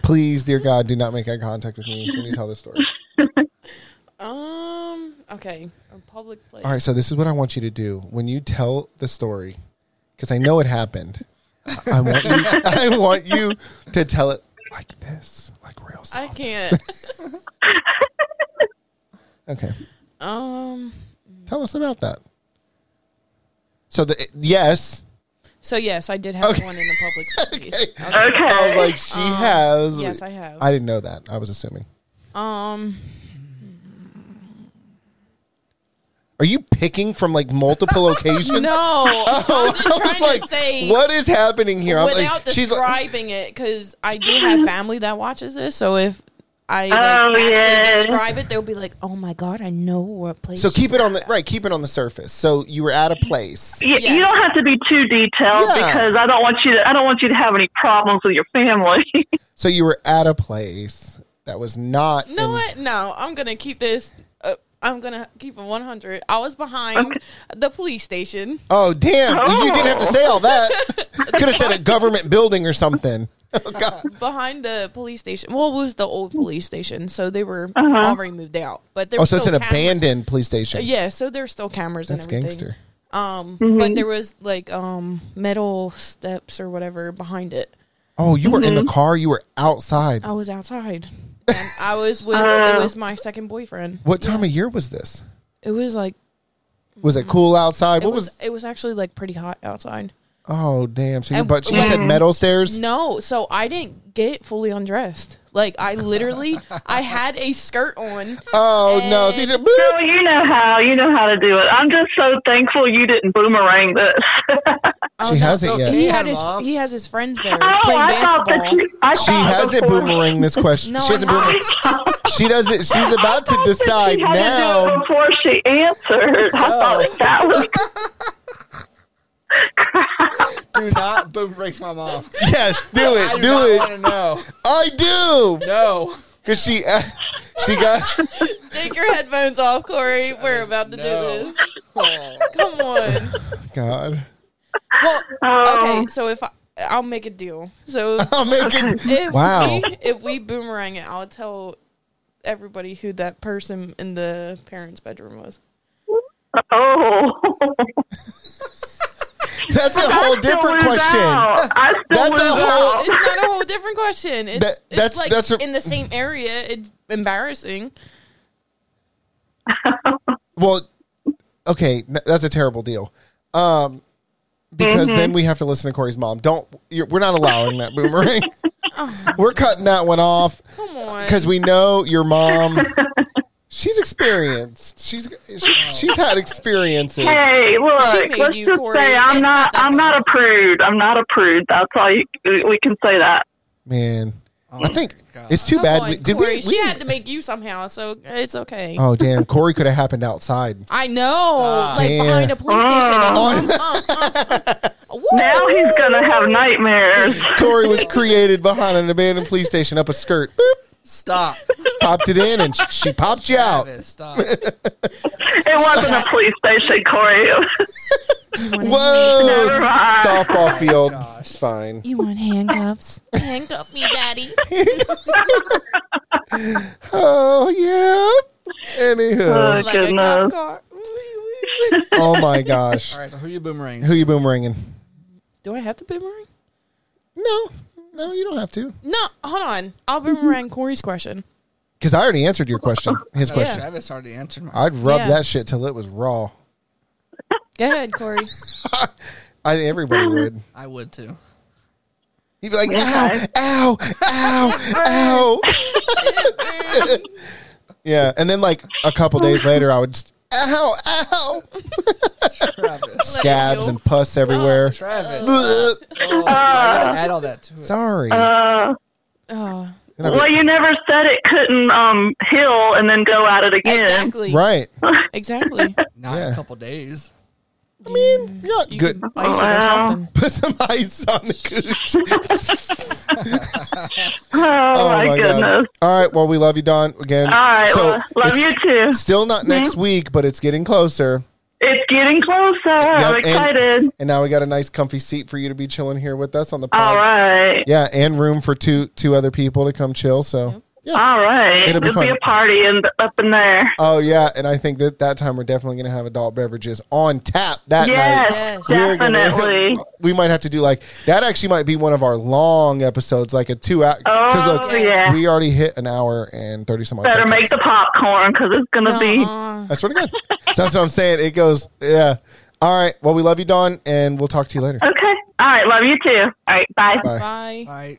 A: Please, dear God, do not make eye contact with me when you tell this story.
B: Um. Okay. A public place.
A: All right, so this is what I want you to do when you tell the story, because I know it happened. I want you, I want you to tell it like this, like real
B: I
A: soft.
B: can't.
A: Okay,
B: um.
A: tell us about that. So the yes,
B: So yes, I did have
A: Okay.
B: one in a public place. Okay. Um,
G: Okay.
A: I was like she has.
B: Yes, I have.
A: I didn't know that. I was assuming.
B: um.
A: Are you picking from like multiple locations?
B: No. I'm just trying to say
A: what is happening here? I'm like-
B: without
A: she's like-
B: describing it 'cause it because I do have family that watches this. So if I like,
G: Oh,
B: actually
G: yeah.
B: describe it, they'll be like, "Oh my god, I know what place."
A: so keep
B: she's
A: it on the
B: at."
A: right. Keep it on the surface. So you were at a place.
G: You, you
B: Yes.
G: don't have to be too detailed
A: Yeah.
G: because I don't want you to. I don't want you to have any problems with your family.
A: So you were at a place that was not.
B: You know
A: in-
B: what? No, I'm gonna keep this. Uh, I'm gonna keep it 100. I was behind the police station.
A: Oh damn! You didn't have to
G: Oh.
A: say all that. Could have said a government building or something. Oh, God.
B: behind the police station. Well, it was the old police station, so they were
G: Uh-huh.
B: already moved out. But there
A: Oh,
B: were
A: so it's an
B: still cameras.
A: abandoned police station.
B: Yeah, so there's still cameras
A: that's
B: and everything.
A: gangster.
B: Um,
G: Mm-hmm.
B: but there was like um metal steps or whatever behind it.
A: Oh, you were in the car. You were outside.
B: I was outside. And I was with
G: Uh.
B: it was my second boyfriend.
A: What time of year was this?
B: It was like
A: Was it cool outside?
B: it
A: What
B: was,
A: was?
B: it was actually like pretty hot outside.
A: Oh damn! So your
B: And-
A: butt. You said
B: Wow.
A: metal stairs.
B: No, so I didn't get fully undressed. Like I literally I had a skirt on.
A: Oh no! So you did-
G: so you know how you know how to do it. I'm just so thankful you didn't boomerang this.
A: she hasn't
C: so
A: yet.
B: He
C: Yeah,
B: had his
C: Mom.
B: he has his friends there
G: oh,
B: playing
G: I thought
B: basketball.
G: that you. I
A: She
G: thought
A: hasn't
G: before-
A: boomerang this question.
B: No,
A: she hasn't
B: I'm not.
A: boomerang. She doesn't. She's about to decide
G: she had to do it
A: now.
G: before she answered. I thought that was
C: Do not boom breaks my mom.
A: Yes, do it.
C: I do,
A: Do
C: not
A: it.
C: want to know.
A: I do.
C: No.
A: Cause she, asked- she got.
B: Take your headphones off, Corey. We're about to
C: no.
B: do this.
C: Oh.
B: Come on.
A: God,
B: Well,
G: Oh.
B: okay. So if I, I'll make a deal. So
A: I'll make it.
B: if
A: Wow.
B: we, if we boomerang it, I'll tell everybody who that person in the parents' bedroom was.
G: oh.
A: That's a
G: I
A: whole
G: still
A: different
G: lose
A: question.
G: out. I still
A: That's a
G: lose
A: whole-
G: out.
B: It's not a whole different question. It's,
A: That- that's-
B: it's like
A: that's a-
B: in the same area. It's embarrassing.
A: Well, okay, n- that's a terrible deal. Um, because then we have to listen to Corey's mom. Don't. You're, we're not allowing that boomerang. we're cutting that one off.
B: Come on.
A: because we know your mom. She's experienced. She's she's, she's had experiences.
G: Hey,
B: She
G: look.
B: made
G: Let's
B: you,
G: just
B: Corey.
G: say I'm
B: It's not
G: not.
B: that
G: I'm not a prude. I'm not a prude. That's all you, we can say. That
A: Man, I think it's too
B: Come
A: bad.
B: on,
A: we, did
B: Corey.
A: we?
B: she
A: we-
B: had to make you somehow, so it's okay.
A: oh damn, Corey could have happened outside.
B: I know, like
A: Damn. Oh.
B: behind a police station. and um, um, um, um. Woo!
G: now he's gonna have nightmares.
A: Corey was created behind an abandoned police station up a skirt. Boop,
C: Stop.
A: popped it in, and sh- she popped you out.
C: Travis, Stop.
G: It wasn't a police station, Corey.
A: Whoa,
G: Never mind.
A: softball field.
C: Oh gosh.
A: It's fine.
B: You want handcuffs? Handcuff me, daddy.
A: Oh yeah. Anywho,
G: Uh,
B: Like a cop
G: Goodness.
B: car.
A: oh my gosh,
C: All right, so who you boomerang?
A: who you boomeranging?
B: Do I have to boomerang?
A: No, no, you don't have to.
B: No, hold on. I'll boomerang Corey's question.
A: Because I already answered your question. His question.
C: Travis already answered my
A: I'd rub
B: Yeah.
A: that shit till it was raw.
B: Go ahead, Corey.
A: I think everybody would.
C: I would too.
A: He'd be like, ow, ow, ow, ow. yeah. And then like a couple days later, I would just, ow, ow.
C: Travis.
A: Scabs and pus
C: Oh,
A: everywhere. Ugh.
C: Travis. Oh, why you gotta add all that to it.
A: Sorry.
G: Uh,
B: Oh,
A: And I'd be-
G: well, you never said it couldn't um, heal and then go at it again.
B: exactly.
A: right.
B: Exactly.
C: Not
A: yeah.
C: a couple days.
A: I mean, yeah,
B: You
A: good.
B: could ice it or
G: Wow.
B: something.
A: Put some ice on the gooch.
G: Oh, my, goodness.
A: All right. Well, we love you, Don. Again.
G: All right. well, love you
A: it's
G: too.
A: Still not next week, but it's getting closer.
G: It's getting closer.
A: Yeah,
G: I'm
A: and-
G: excited.
A: And now we got a nice, comfy seat for you to be chilling here with us on the pod.
G: All right.
A: Yeah, and room for two two other people to come chill. So. Yeah.
G: All right.
A: It'll
G: It'll
A: be
G: be,
A: fun.
G: a party in the, up in there.
A: Oh yeah, and I think that that time we're definitely going to have adult beverages on tap that night.
G: Yes,
A: We're gonna-
G: definitely.
A: we might have to do like that. Actually, might be one of our long episodes, like a two hour.
G: Oh, yeah.
A: we already hit an hour and thirty some odd
G: Better
A: seconds.
G: make the popcorn because it's going to be.
B: Uh-huh.
A: That's pretty good. so that's what I'm saying. It goes, yeah. All right. Well, we love you, Dawn, and we'll talk to you later.
G: Okay. All right. Love you too. All right. Bye.
A: Bye.
B: Bye.
C: All right.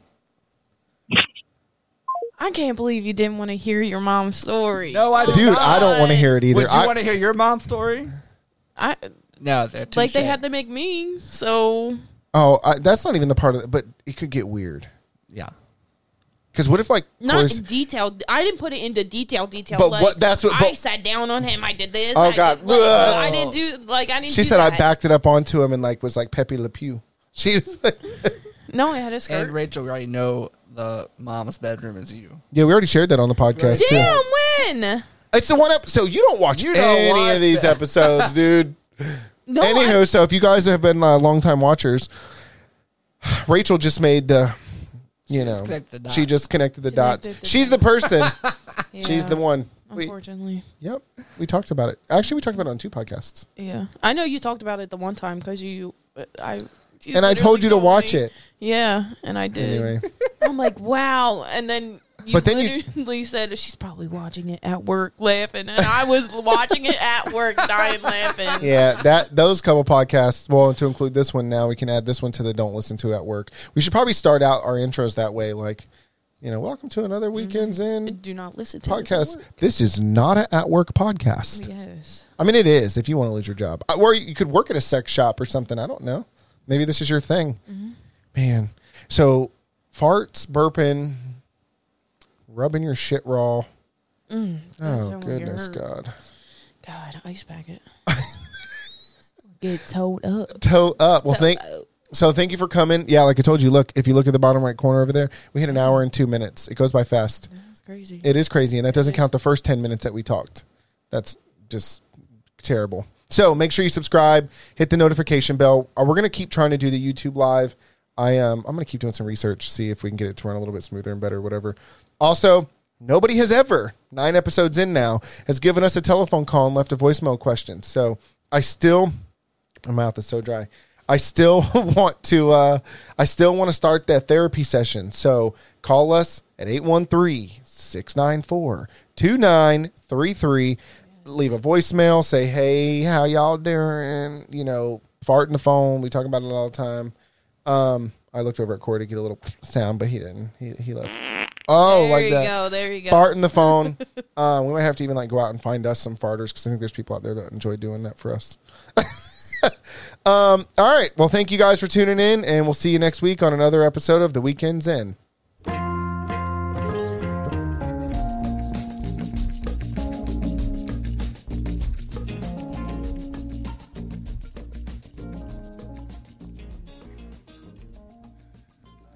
B: I can't believe you didn't want to hear your mom's story.
C: No, I do
A: Dude,
C: not.
A: I don't want to hear it either.
C: Would you
A: I-
C: want to hear your mom's story?
B: I
C: No, they're too
B: like they
C: shit.
B: had to make me. So
A: oh, I, that's not even the part of it, but it could get weird.
C: Yeah.
A: Because what if, like,
B: not
A: Corey's-
B: in detail. I didn't put it into detail. Detail.
A: But
B: like,
A: what- that's what-
B: I
A: but-
B: sat down on him. I did this.
A: Oh,
B: I did-
A: God.
B: like,
A: Ugh.
B: I didn't do like I didn't.
A: she
B: do
A: said I
B: that.
A: backed it up onto him and, like, was like Pepe Le Pew. She was like,
B: No, I had a skirt.
C: And Rachel, we already know the mom's bedroom is you.
A: yeah, we already shared that on the podcast,
B: Damn,
A: too.
B: when?
A: It's the one episode. You don't watch
C: You don't
A: any
C: watch
A: of these
C: it.
A: episodes, dude.
B: No, I-
A: Anywho, so if you guys have been uh, longtime watchers, Rachel just made the, you know,
C: connected the
A: she
C: dots.
A: just connected the dots.
B: Connected the
A: She's the person. She's
B: Yeah,
A: the one. We,
B: Unfortunately,
A: yep, we talked about it. Actually, we talked about it on two podcasts,
B: yeah. I know you talked about it the one time because you, I. you
A: and I
B: literally
A: told you to watch
B: me-
A: it
B: Yeah, and I did.
A: anyway.
B: I'm like, wow. And then you
A: But then you-
B: literally said she's probably watching it at work laughing. And I was watching it at work dying laughing.
A: yeah, that those couple podcasts. Well, to include this one now, we can add this one to the don't listen to at work. We should probably start out our intros that way, like, you know, welcome to
B: Mm-hmm.
A: another weekends in
B: Do not listen to this
A: podcast.
B: at work.
A: This is not an at work podcast.
B: Yes.
A: I mean, it is if you want to lose your job, Uh, or you could work at a sex shop or something. I don't know. Maybe this is your thing,
B: Mm-hmm.
A: man. So farts, burping, rubbing your shit raw.
B: Mm, That's
A: Oh
B: when you
A: goodness,
B: hurt.
A: God!
B: God, ice packet. Get towed up.
A: Toe up. Well, thank. So thank you for coming. Yeah, like I told you, look if you look at the bottom right corner over there, we hit an hour and two minutes. It goes by fast.
B: That's crazy.
A: It is crazy, and that doesn't count the first ten minutes that we talked. That's just terrible. So make sure you subscribe, hit the notification bell. Uh, We're gonna keep trying to do the YouTube live. I um, I'm gonna keep doing some research, see if we can get it to run a little bit smoother and better, whatever. Also, nobody has ever nine episodes in now has given us a telephone call and left a voicemail question. So I still my mouth is so dry. I still want to uh I still want to start that therapy session. So call us at 813-694-2933. Leave a voicemail, say, "Hey, how y'all doing?" You know, fart in the phone. We talk about it all the time. Um I looked over at Corey to get a little sound, but he didn't. He he left. Oh,
B: there
A: like
B: you
A: that
B: go. There you go.
A: fart in the phone. uh, we might have to even like go out and find us some farters because I think there's people out there that enjoy doing that for us. um, all right. Well, thank you guys for tuning in, and we'll see you next week on another episode of The Weekend's End.